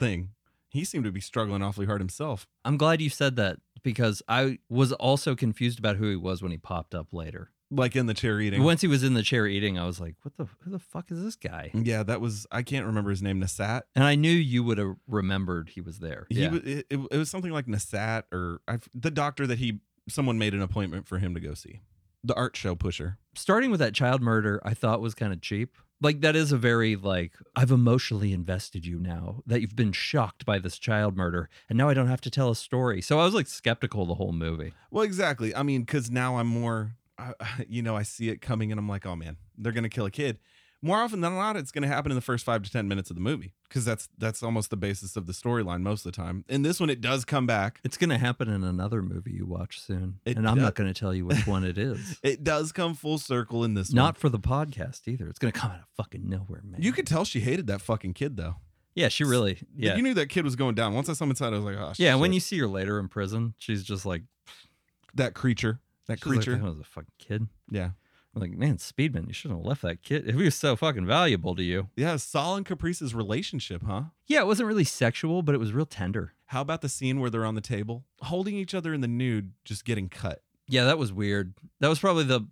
thing. He seemed to be struggling awfully hard himself. I'm glad you said that because I was also confused about who he was when he popped up later. Like in the chair eating. Once he was in the chair eating, I was like, what the, who the fuck is this guy? yeah, that was I can't remember his name, Nasat. And I knew you would have remembered he was there. He yeah. was, it, it it was something like Nasat or I've, the doctor that he someone made an appointment for him to go see. the art show pusher. starting with that child murder i thought was kind of cheap like that is a very like i've emotionally invested you now that you've been shocked by this child murder and now i don't have to tell a story so i was like skeptical the whole movie Well, exactly. I mean, because now I'm more, I, you know, I see it coming and I'm like, oh man, they're gonna kill a kid. More often than not, it's gonna happen in the first five to ten minutes of the movie because that's that's almost the basis of the storyline most of the time. In this one, it does come back. it's going to happen in another movie you watch soon It and i'm does- not going to tell you which one it is It does come full circle in this. not for the podcast either it's going to come out of fucking nowhere man one. you could tell she hated that fucking kid though. yeah she really yeah you knew that kid was going down. Once I saw him inside, I was like, oh yeah when shit. you see her later in prison she's just like that creature, that she's like, creature, "That was a fucking kid yeah, I'm like man speedman you shouldn't have left that kid if he was so fucking valuable to you yeah. Sol and Caprice's relationship, huh? Yeah, it wasn't really sexual, but it was real tender. How about the scene where they're on the table holding each other in the nude, just getting cut? Yeah, that was weird. That was probably the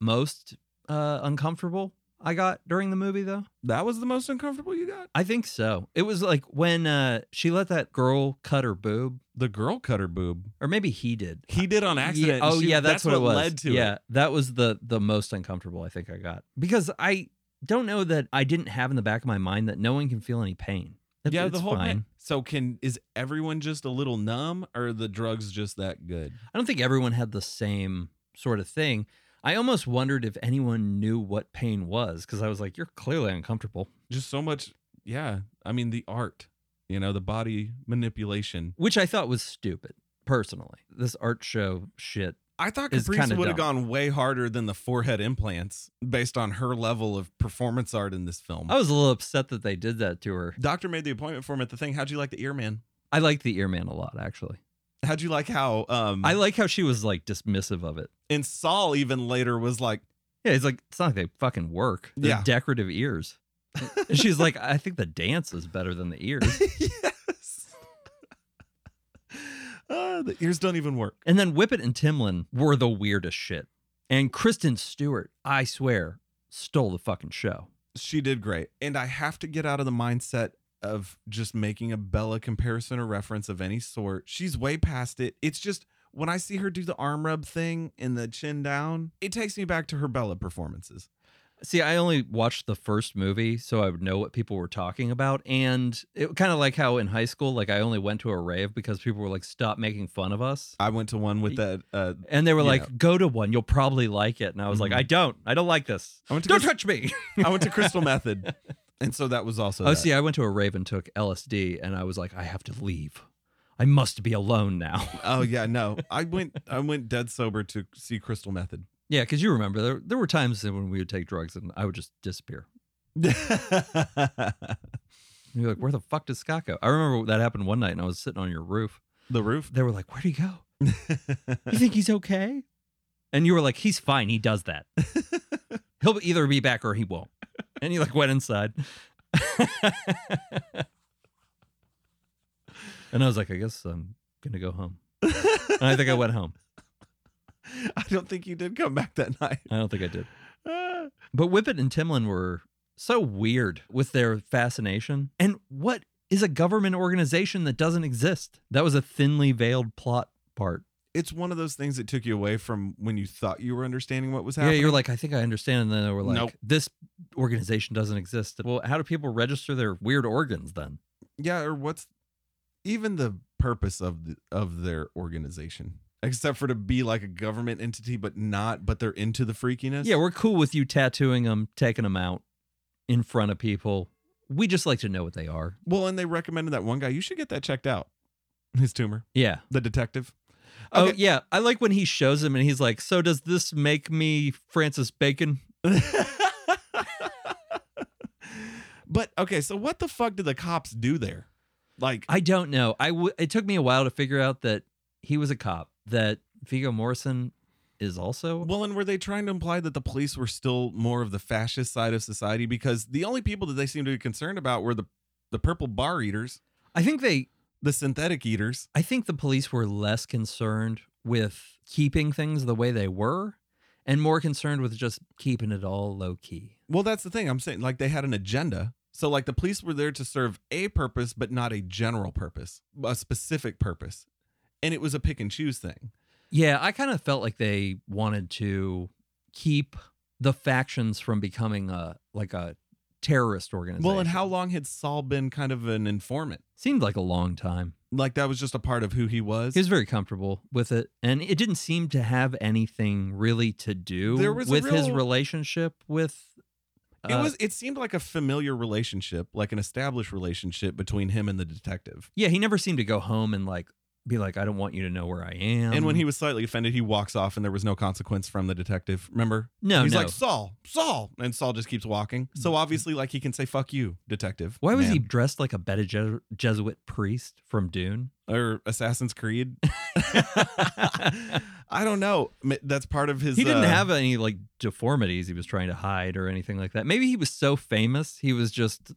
most uh, uncomfortable I got during the movie, though. That was the most uncomfortable you got? I think so. It was like when uh, she let that girl cut her boob, The girl cut her boob. or maybe he did. He did on accident. Yeah, and oh she- yeah, that's, what, it was. led to yeah, it. that was the the most uncomfortable I think I got because I don't know that I didn't have in the back of my mind that no one can feel any pain. It's, yeah, the it's whole fine. thing. So can is everyone just a little numb or are the drugs just that good? I don't think everyone had the same sort of thing. I almost wondered if anyone knew what pain was because I was like, you're clearly uncomfortable, Just so much yeah. I mean the art, you know, the body manipulation. which I thought was stupid personally. This art show shit. I thought It's Caprice kinda would have dumb. gone way harder than the forehead implants based on her level of performance art in this film. I was a little upset that they did that to her. Doctor made the appointment for him at the thing. How'd you like the ear man? I like the ear man a lot, actually. How'd you like how um I like how she was like dismissive of it. and Saul even later was like Yeah, it's like, it's not like they fucking work. They're Yeah. decorative ears. And she's like, I think the dance is better than the ears. yes. Uh, the ears don't even work. And then Whippet and Timlin were the weirdest shit. And Kristen Stewart, I swear, stole the fucking show. She did great. And I have to get out of the mindset of just making a Bella comparison or reference of any sort. She's way past it. It's just when I see her do the arm rub thing and the chin down, it takes me back to her Bella performances. See, I only watched the first movie, so I would know what people were talking about. And it kind of like how in high school, like I only went to a rave because people were like, stop making fun of us. I went to one with that. Uh, And they were Yeah. like, go to one, you'll probably like it. And I was Mhm. like, I don't. I don't like this. I went to Don't Crys- touch me. I went to Crystal Method, and so that was also. Oh, that. see, I went to a rave and took LSD, and I was like, I have to leave. I must be alone now. Oh yeah, no, I went. I went dead sober to see Crystal Method. Yeah, because you remember there there were times that when we would take drugs and I would just disappear. the And you're like, where the fuck did Scott go? I remember that happened one night and I was sitting on your roof. roof. They were like, where'd he go? You think he's okay? And you were like, he's fine. He does that. He'll either be back or he won't. And you like went inside. and I was like, I guess I'm gonna go home. And I think I went home. I don't think you did come back that night. I don't think I did. Ah. But Whippet and Timlin were so weird with their fascination. And what is a government organization that doesn't exist? That was a thinly veiled plot part. It's one of those things that took you away from when you thought you were understanding what was Yeah, happening. you're like, I think I understand. And then they were like, Nope. this organization doesn't exist. Well, how do people register their weird organs then? yeah, or what's even the purpose of the, of their organization, except for to be like a government entity, but not. But they're into the freakiness. Yeah, we're cool with you tattooing them, taking them out in front of people. We just like to know what they are. Well, and they recommended that one guy. You should get that checked out. His tumor. Yeah. The detective. Oh, yeah. I like when he shows him and he's like, So does this make me Francis Bacon? but okay, so what the fuck did the cops do there? Like, I don't know. I w- it took me a while to figure out that he was a cop. That Vigo Morrison is also. well, and were they trying to imply that the police were still more of the fascist side of society? Because the only people that they seemed to be concerned about were the the purple bar eaters, I think they. the synthetic eaters. I think the police were less concerned with keeping things the way they were, and more concerned with just keeping it all low key. Well, that's the thing I'm saying. Like, they had an agenda. So, like, the police were there to serve a purpose, but not a general purpose, a specific purpose. And it was a pick and choose thing. Yeah, I kind of felt like they wanted to keep the factions from becoming a like a terrorist organization. Well, and how long had Saul been kind of an informant? seemed like a long time. Like that was just a part of who he was. He was very comfortable with it, and it didn't seem to have anything really to do There was a with his real- relationship with. it uh, was. It seemed like a familiar relationship, like an established relationship between him and the detective. yeah. He never seemed to go home and like be like, "I don't want you to know where I am." and when he was slightly offended, he walks off, and there was no consequence from the detective. Remember? no, He's Oh, no. Mm-hmm. like Saul, Saul, and Saul just keeps walking. So obviously, like he can say "fuck you, detective." Why was man. he dressed like a Bene Je- Jesuit priest from Dune? or Assassin's Creed? I don't know. M- That's part of his. He didn't uh, have any like deformities he was trying to hide or anything like that. Maybe he was so famous he was just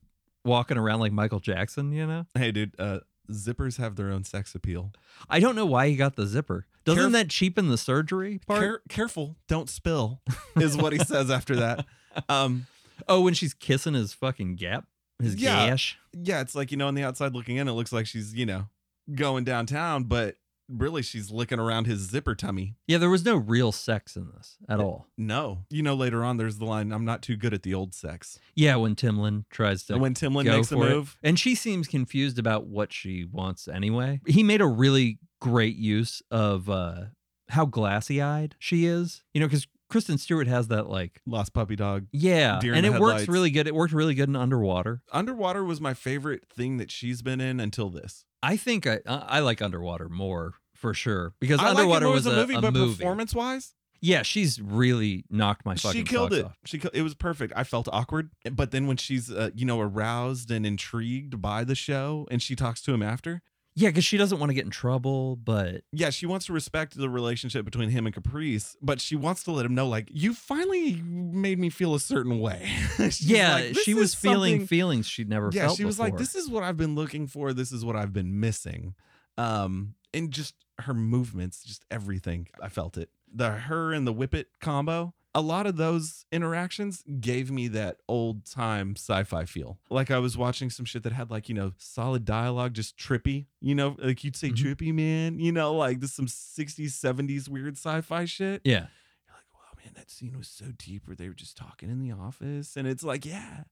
walking around like Michael Jackson, you know? Hey, dude. Uh, zippers have their own sex appeal. I don't know why he got the zipper. Doesn't Caref- that cheapen the surgery part? Care- careful, don't spill, is what he says after that. Um, oh, when she's kissing his fucking gap, his Yeah. gash. yeah, it's like you know, on the outside looking in, it looks like she's you know going downtown, but really she's licking around his zipper tummy. Yeah, there was no real sex in this at all. No, you know, later on there's the line, "I'm not too good at the old sex." Yeah, when Timlin tries to And when Timlin go makes a for it. move, And she seems confused about what she wants anyway. He made a really great use of uh, how glassy eyed she is, you know, because Kristen Stewart has that like, lost puppy dog. yeah, Deer in and the it works headlights. really good. It worked really good in Underwater. Underwater was my favorite thing that she's been in until this. I think I I I like Underwater more for sure because I Underwater like it more was as a movie, but movie. performance wise, Yeah, she's really knocked my fucking she killed socks it. off. She ki- it was perfect. I felt awkward, but then when she's uh, you know aroused and intrigued by the show, and she talks to him after. Yeah, because she doesn't want to get in trouble, but Yeah, she wants to respect the relationship between him and Caprice, but she wants to let him know, like, you finally made me feel a certain way. She's yeah, like, "This she is was feeling something- feelings she'd never yeah felt she was like before. this is what i've been looking for this is what i've been missing um and just her movements just everything i felt it the her and the whippet combo a lot of those interactions gave me that old time sci-fi feel like i was watching some shit that had like you know solid dialogue just trippy you know like you'd say Mhm. trippy man you know like this some 60s 70s weird sci-fi shit yeah. you're like, wow, man, that scene was so deep where they were just talking in the office. And it's like, yeah.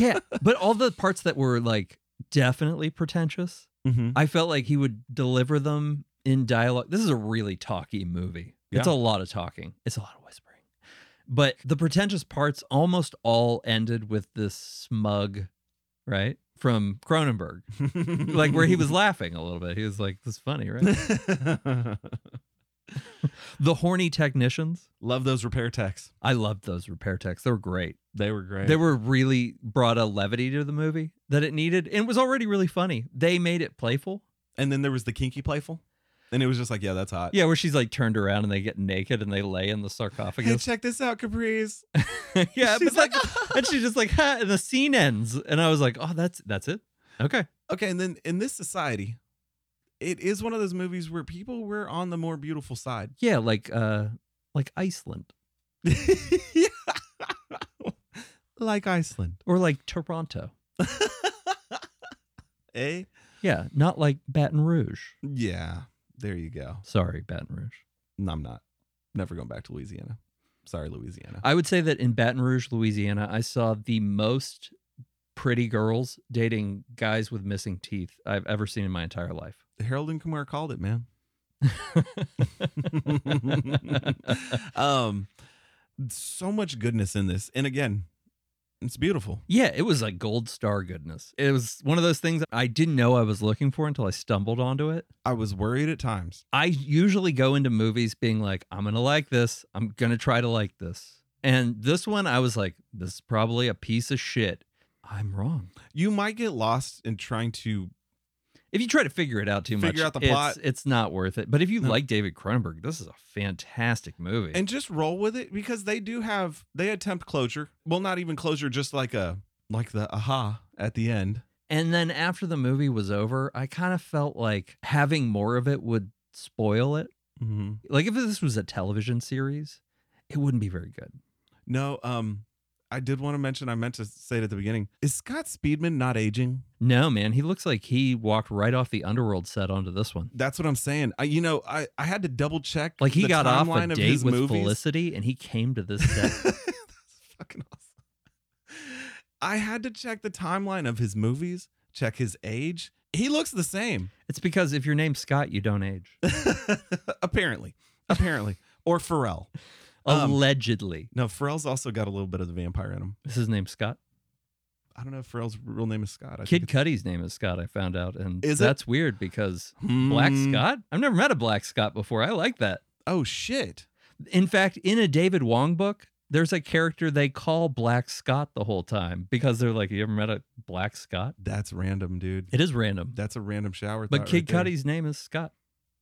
yeah, but all the parts that were like definitely pretentious, Mm-hmm. I felt like he would deliver them in dialogue. This is a really talky movie. It's a Yeah. lot of talking. It's a lot of whispering. But the pretentious parts almost all ended with this smug, right? From Cronenberg. Like where he was laughing a little bit. He was like, This is funny, right? the horny technicians. Love those repair techs. I loved those repair techs. They were great. They were great. They were really brought a levity to the movie that it needed. And it was already really funny. They made it playful. and then there was the kinky playful. And it was just like, yeah, that's hot. Yeah, where she's like turned around and they get naked and they lay in the Hey, sarcophagus. check this out, Caprice. yeah, She's but like, and she's just like, ha, and the scene ends, and I was like, oh, that's that's it. Okay. Okay, and then in this society, it is one of those movies where people were on the more beautiful side. Yeah, like uh, like Iceland yeah. like Iceland. or like Toronto. Eh? Yeah, not like Baton Rouge. Yeah. There you go. Sorry, Baton Rouge. No, I'm not. Never going back to Louisiana. Sorry, Louisiana. I would say that in Baton Rouge, Louisiana, I saw the most pretty girls dating guys with missing teeth I've ever seen in my entire life. Harold and Kumar called it, man. um, so much goodness in this, and again, it's beautiful. Yeah, it was like gold star goodness. It was one of those things I didn't know I was looking for until I stumbled onto it. I was worried at times. I usually go into movies being like, I'm going to like this. I'm going to try to like this. And this one, I was like, this is probably a piece of shit. I'm wrong. You might get lost in trying to. If you try to figure it out too much, Figure out the it's- plot. It's, not worth it. But if you No. like David Cronenberg, this is a fantastic movie. and just roll with it because they do have they attempt closure. Well, not even closure, just like a like the aha at the end. And then after the movie was over, I kind of felt like having more of it would spoil it. Mm-hmm. Like if this was a television series, it wouldn't be very good. No, um, I did want to mention, I meant to say it at the beginning. Is Scott Speedman not aging? No, man, he looks like he walked right off the Underworld set onto this one. That's what I'm saying. I, you know, I, I had to double check. Like he the got off a timeline of date his with movies. Felicity and he came to this set. That's fucking awesome. I had to check the timeline of his movies, check his age. He looks the same, it's because if your name's Scott, you don't age. apparently. Apparently. or Pharrell. Um, Allegedly. No, Pharrell's also got a little bit of the vampire in him. Is his name Scott? I don't know if Pharrell's real name is Scott. I Kid think Cudi's name is Scott, I found out. And Is it? that's weird because it's- Hmm. Black Scott? I've never met a Black Scott before. I like that. Oh, shit. In fact, in a David Wong book, there's a character they call Black Scott the whole time because they're like, You ever met a Black Scott? That's random, dude. It is random. That's a random shower. But thought Kid right there. Cudi's name is Scott.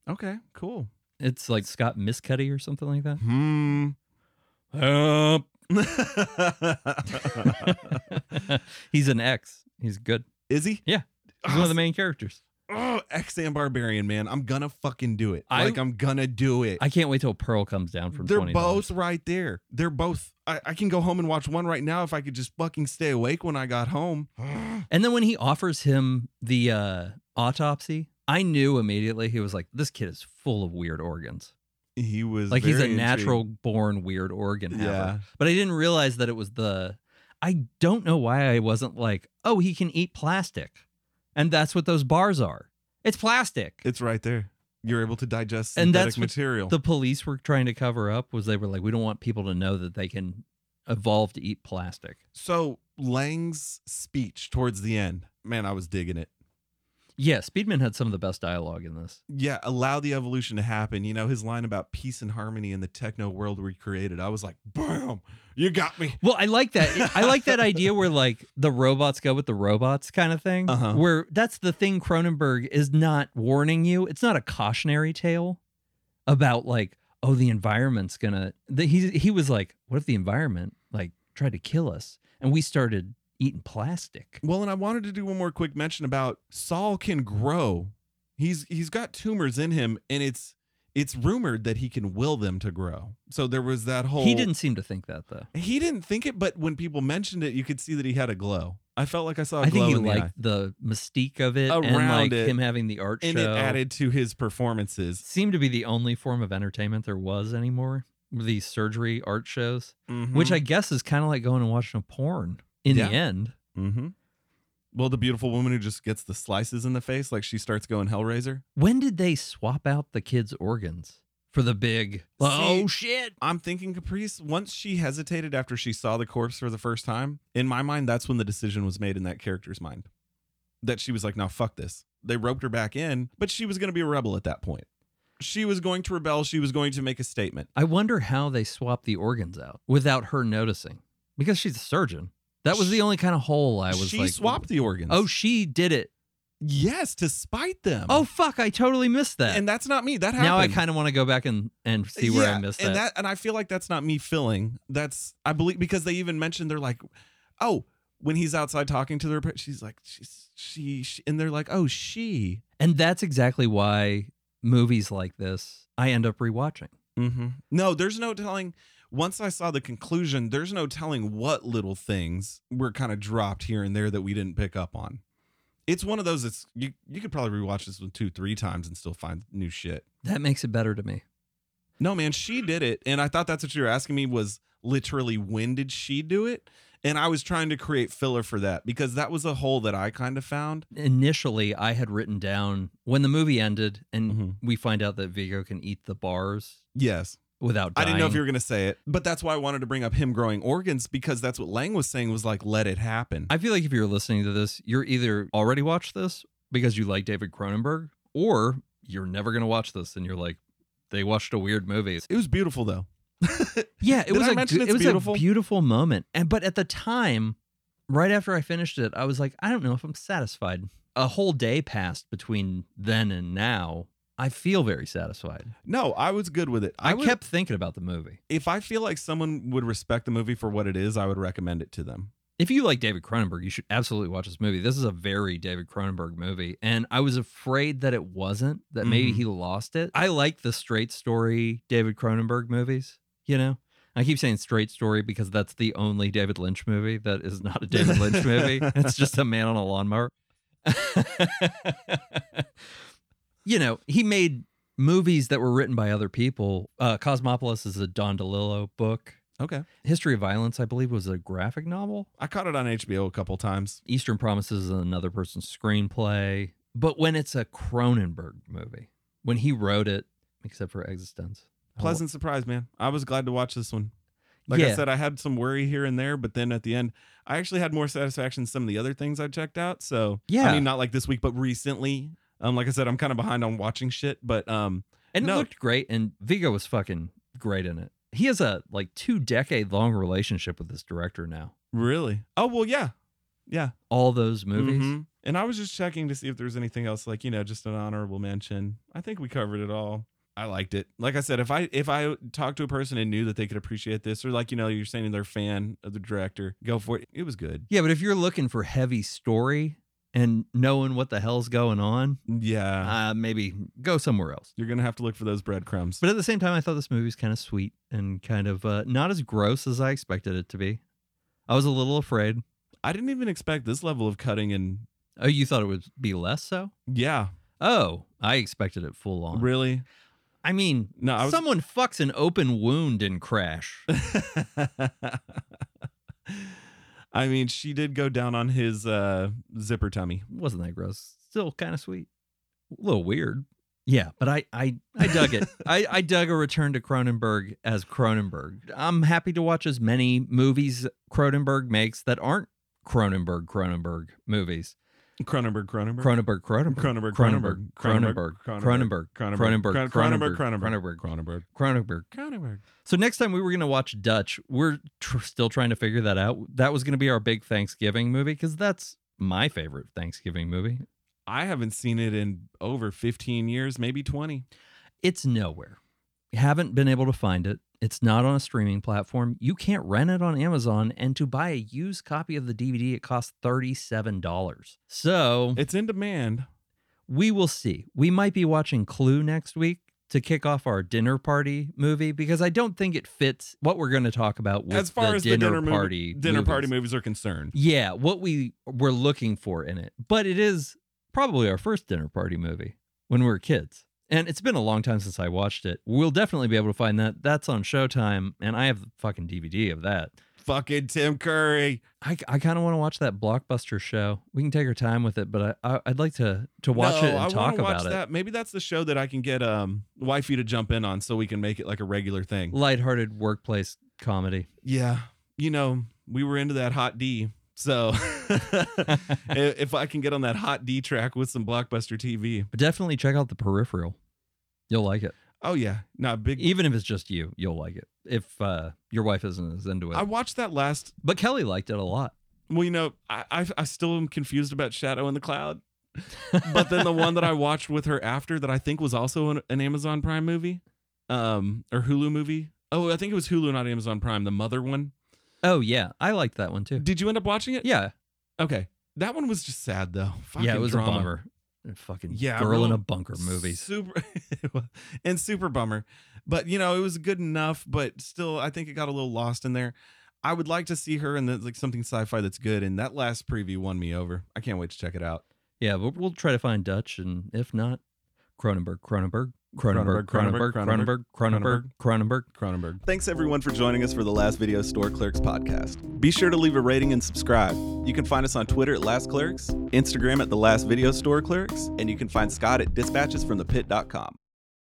Okay, cool. It's like Scott Miss Cuddy or something like that. Hmm. He's an ex. He's good. is he? Yeah. He's one of the main characters. Oh, X and Barbarian, man. I'm gonna fucking do it. I- like I'm gonna do it. I can't wait till Pearl comes down from They're $20. both right there. They're both. I, I can go home and watch one right now if I could just fucking stay awake when I got home. And then when he offers him the uh, autopsy, I knew immediately he was like, this kid is full of weird organs. he was Like he's a very intrigued. natural born weird organ haver. Yeah. But I didn't realize that it was the. I don't know why I wasn't like, oh, he can eat plastic. And that's what those bars are. It's plastic. It's right there. You're able to digest And synthetic that's what material. the police were trying to cover up was they were like, we don't want people to know that they can evolve to eat plastic. so Lang's speech towards the end, man, I was digging it. Yeah, Speedman had some of the best dialogue in this. yeah, allow the evolution to happen. You know, his line about peace and harmony in the techno world we created. I was like, bam, you got me. Well, I like that. I like that idea where like the robots go with the robots kind of thing. Uh-huh. Where that's the thing Cronenberg is not warning you. It's not a cautionary tale about like, oh, the environment's gonna. The, he he was like, what if the environment like tried to kill us and we started eating plastic? Well, and I wanted to do one more quick mention about Saul can grow. He's he's got tumors in him, and it's it's rumored that he can will them to grow. So there was that whole He didn't seem to think that though. he didn't think it, but when people mentioned it, you could see that he had a glow. I felt like I saw a I glow think he in the eye. liked the mystique of it and Around like it. him having the art and show. it added to his performances. seemed to be the only form of entertainment there was anymore. were These surgery art shows. Mm-hmm. which I guess is kind of like going and watching a porn in Yeah. the end. Mm-hmm. Well, the beautiful woman who just gets the slices in the face, like she starts going Hellraiser. When did they swap out the kids' organs for the big? oh See- shit! I'm thinking Caprice, once she hesitated after she saw the corpse for the first time, in my mind, that's when the decision was made in that character's mind. That she was like, no, fuck this. They roped her back in, but she was going to be a rebel at that point. She was going to rebel. She was going to make a statement. I wonder how they swapped the organs out without her noticing, because she's a surgeon. That was the She- only kind of hole I was she like. swapped the organs. Oh, she did it. yes, to spite them. Oh fuck! I totally missed that. and that's not me. That happened. now I kind of want to go back and and see where I Yeah, missed And that. that and I feel like that's not me filling. That's I believe because they even mentioned they're like, oh, when he's outside talking to their, she's like, she's she, she and they're like, oh, she. And that's exactly why movies like this I end up rewatching. Mm-hmm. No, there's no telling. Once I saw the conclusion, there's no telling what little things were kind of dropped here and there that we didn't pick up on. It's one of those that's you you could probably rewatch this one two three times and still find new shit. That makes it better to me. No, man, she did it. And I thought that's what you were asking me was literally when did she do it? And I was trying to create filler for that because that was a hole that I kind of found. initially I had written down when the movie ended and Mhm. we find out that Vigo can eat the bars Yes. without I dying. didn't know if you were going to say it, but that's why I wanted to bring up him growing organs because that's what Lang was saying was like, let it happen. I feel like if you're listening to this, you're either already watched this because you like David Cronenberg or you're never going to watch this and you're like they watched a weird movie. it was beautiful though. Yeah, it Did was I a mention good- it's it was beautiful? a beautiful moment. And but at the time, right after I finished it, I was like, I don't know if I'm satisfied. A whole day passed between then and now. I feel very satisfied. No, I was good with it. I, would- kept thinking about the movie. if I feel like someone would respect the movie for what it is, I would recommend it to them. if you like David Cronenberg, you should absolutely watch this movie. This is a very David Cronenberg movie, and I was afraid that it wasn't. That maybe Mhm. he lost it. I like the straight story David Cronenberg movies. You know, I keep saying Straight Story because that's the only David Lynch movie that is not a David Lynch movie. It's just a man on a lawnmower. you know, he made movies that were written by other people. Uh, Cosmopolis is a Don DeLillo book. Okay. History of Violence, I believe, was a graphic novel. I caught it on HBO a couple times. Eastern Promises is another person's screenplay. But when it's a Cronenberg movie, when he wrote it, except for Existence, I wa- Pleasant surprise, man. I was glad to watch this one. Like I Yeah. said, I had some worry here and there, but then at the end, I actually had more satisfaction than some of the other things I checked out. So Yeah. I mean, not like this week, but recently. Um, like I said, I'm kind of behind on watching shit, but um, And No. it looked great, and Vigo was fucking great in it. He has a like two decade long relationship with this director now. really. Oh well, yeah, yeah. All those movies. Mhm. And I was just checking to see if there was anything else, like you know, just an honorable mention. I think we covered it all. I liked it. Like I said, if I if I talked to a person and knew that they could appreciate this, or like you know, you're saying they're a fan of the director, go for it. It was good. Yeah, but if you're looking for heavy story and knowing what the hell's going on, Yeah. uh, maybe go somewhere else. You're gonna have to look for those breadcrumbs. But at the same time, I thought this movie was kind of sweet and kind of uh, not as gross as I expected it to be. I was a little afraid. I didn't even expect this level of cutting and Oh, you thought it would be less so? yeah, Oh, I expected it full on. really. I mean, No, I was someone fucks an open wound in Crash. I mean, she did go down on his uh zipper tummy. wasn't that gross. Still kind of sweet. A little weird. Yeah, but I I, I dug it. I, I dug a return to Cronenberg as Cronenberg. I'm happy to watch as many movies Cronenberg makes that aren't Cronenberg Cronenberg movies. Cronenberg, Cronenberg. Cronenberg Cronenberg Cronenberg, Cronenberg Cronenberg, Cronenberg Cronenberg Cronenberg Cronenberg, Cronenberg Cronenberg, Cronenberg, Cronenberg. Cronenberg. So next time we were going to watch Dutch. We're tr- still trying to figure that out. That was going to be our big Thanksgiving movie because that's my favorite Thanksgiving movie. I haven't seen it in over 15 years, maybe 20. Mm. It's nowhere. Haven't been able to find it. It's not on a streaming platform. You can't rent it on Amazon. And to buy a used copy of the DVD, it costs $37. So It's in demand. we will see. We might be watching Clue next week to kick off our dinner party movie because I don't think it fits what we're going to talk about with As far the as dinner the dinner movie- party dinner party movies. movies are concerned. Yeah, what we were looking for in it. But it is probably our first dinner party movie when we were kids. And it's been a long time since I watched it. We'll definitely be able to find that. That's on Showtime, and I have the fucking DVD of that. Fucking Tim Curry. I, I kind of want to watch that blockbuster show. We can take our time with it, but I, I I'd like to to watch No, it and I talk wanna watch about it. That. Maybe that's the show that I can get um wifey to jump in on so we can make it like a regular thing. Lighthearted workplace comedy. Yeah. You know, we were into that hot D. So i- if I can get on that hot D track with some blockbuster TV. But definitely check out the Peripheral. You'll like it, Oh yeah. Not big even if it's just you. You'll like it if uh, your wife isn't as into it. I watched that last but Kelly liked it a lot. well, you know, I I, I still am confused about Shadow in the Cloud. but then the one that I watched with her after that I think was also an, an Amazon Prime movie. Um or Hulu movie. Oh, I think it was Hulu, not Amazon Prime, the mother one. Oh yeah, I liked that one too. Did you end up watching it? Yeah, Okay. That one was just sad though. Fucking yeah, it was drama. a bummer. A fucking Yeah, girl in real a bunker movies. Super and super bummer. But you know, it was good enough, but still I think it got a little lost in there. I would like to see her in the, like something sci-fi that's good and that last preview won me over. I can't wait to check it out. Yeah, but we'll try to find Dutch, and if not, Cronenberg, Cronenberg, Cronenberg, Cronenberg, Cronenberg, Cronenberg, Cronenberg, Cronenberg, Cronenberg, Cronenberg. Cronenberg. Thanks everyone for joining us for the Last Video Store Clerks podcast. Be sure to leave a rating and subscribe. You can find us on Twitter at Last Clerks, Instagram at the Last Video Store Clerks, and you can find Scott at dispatchesfromthepit.com.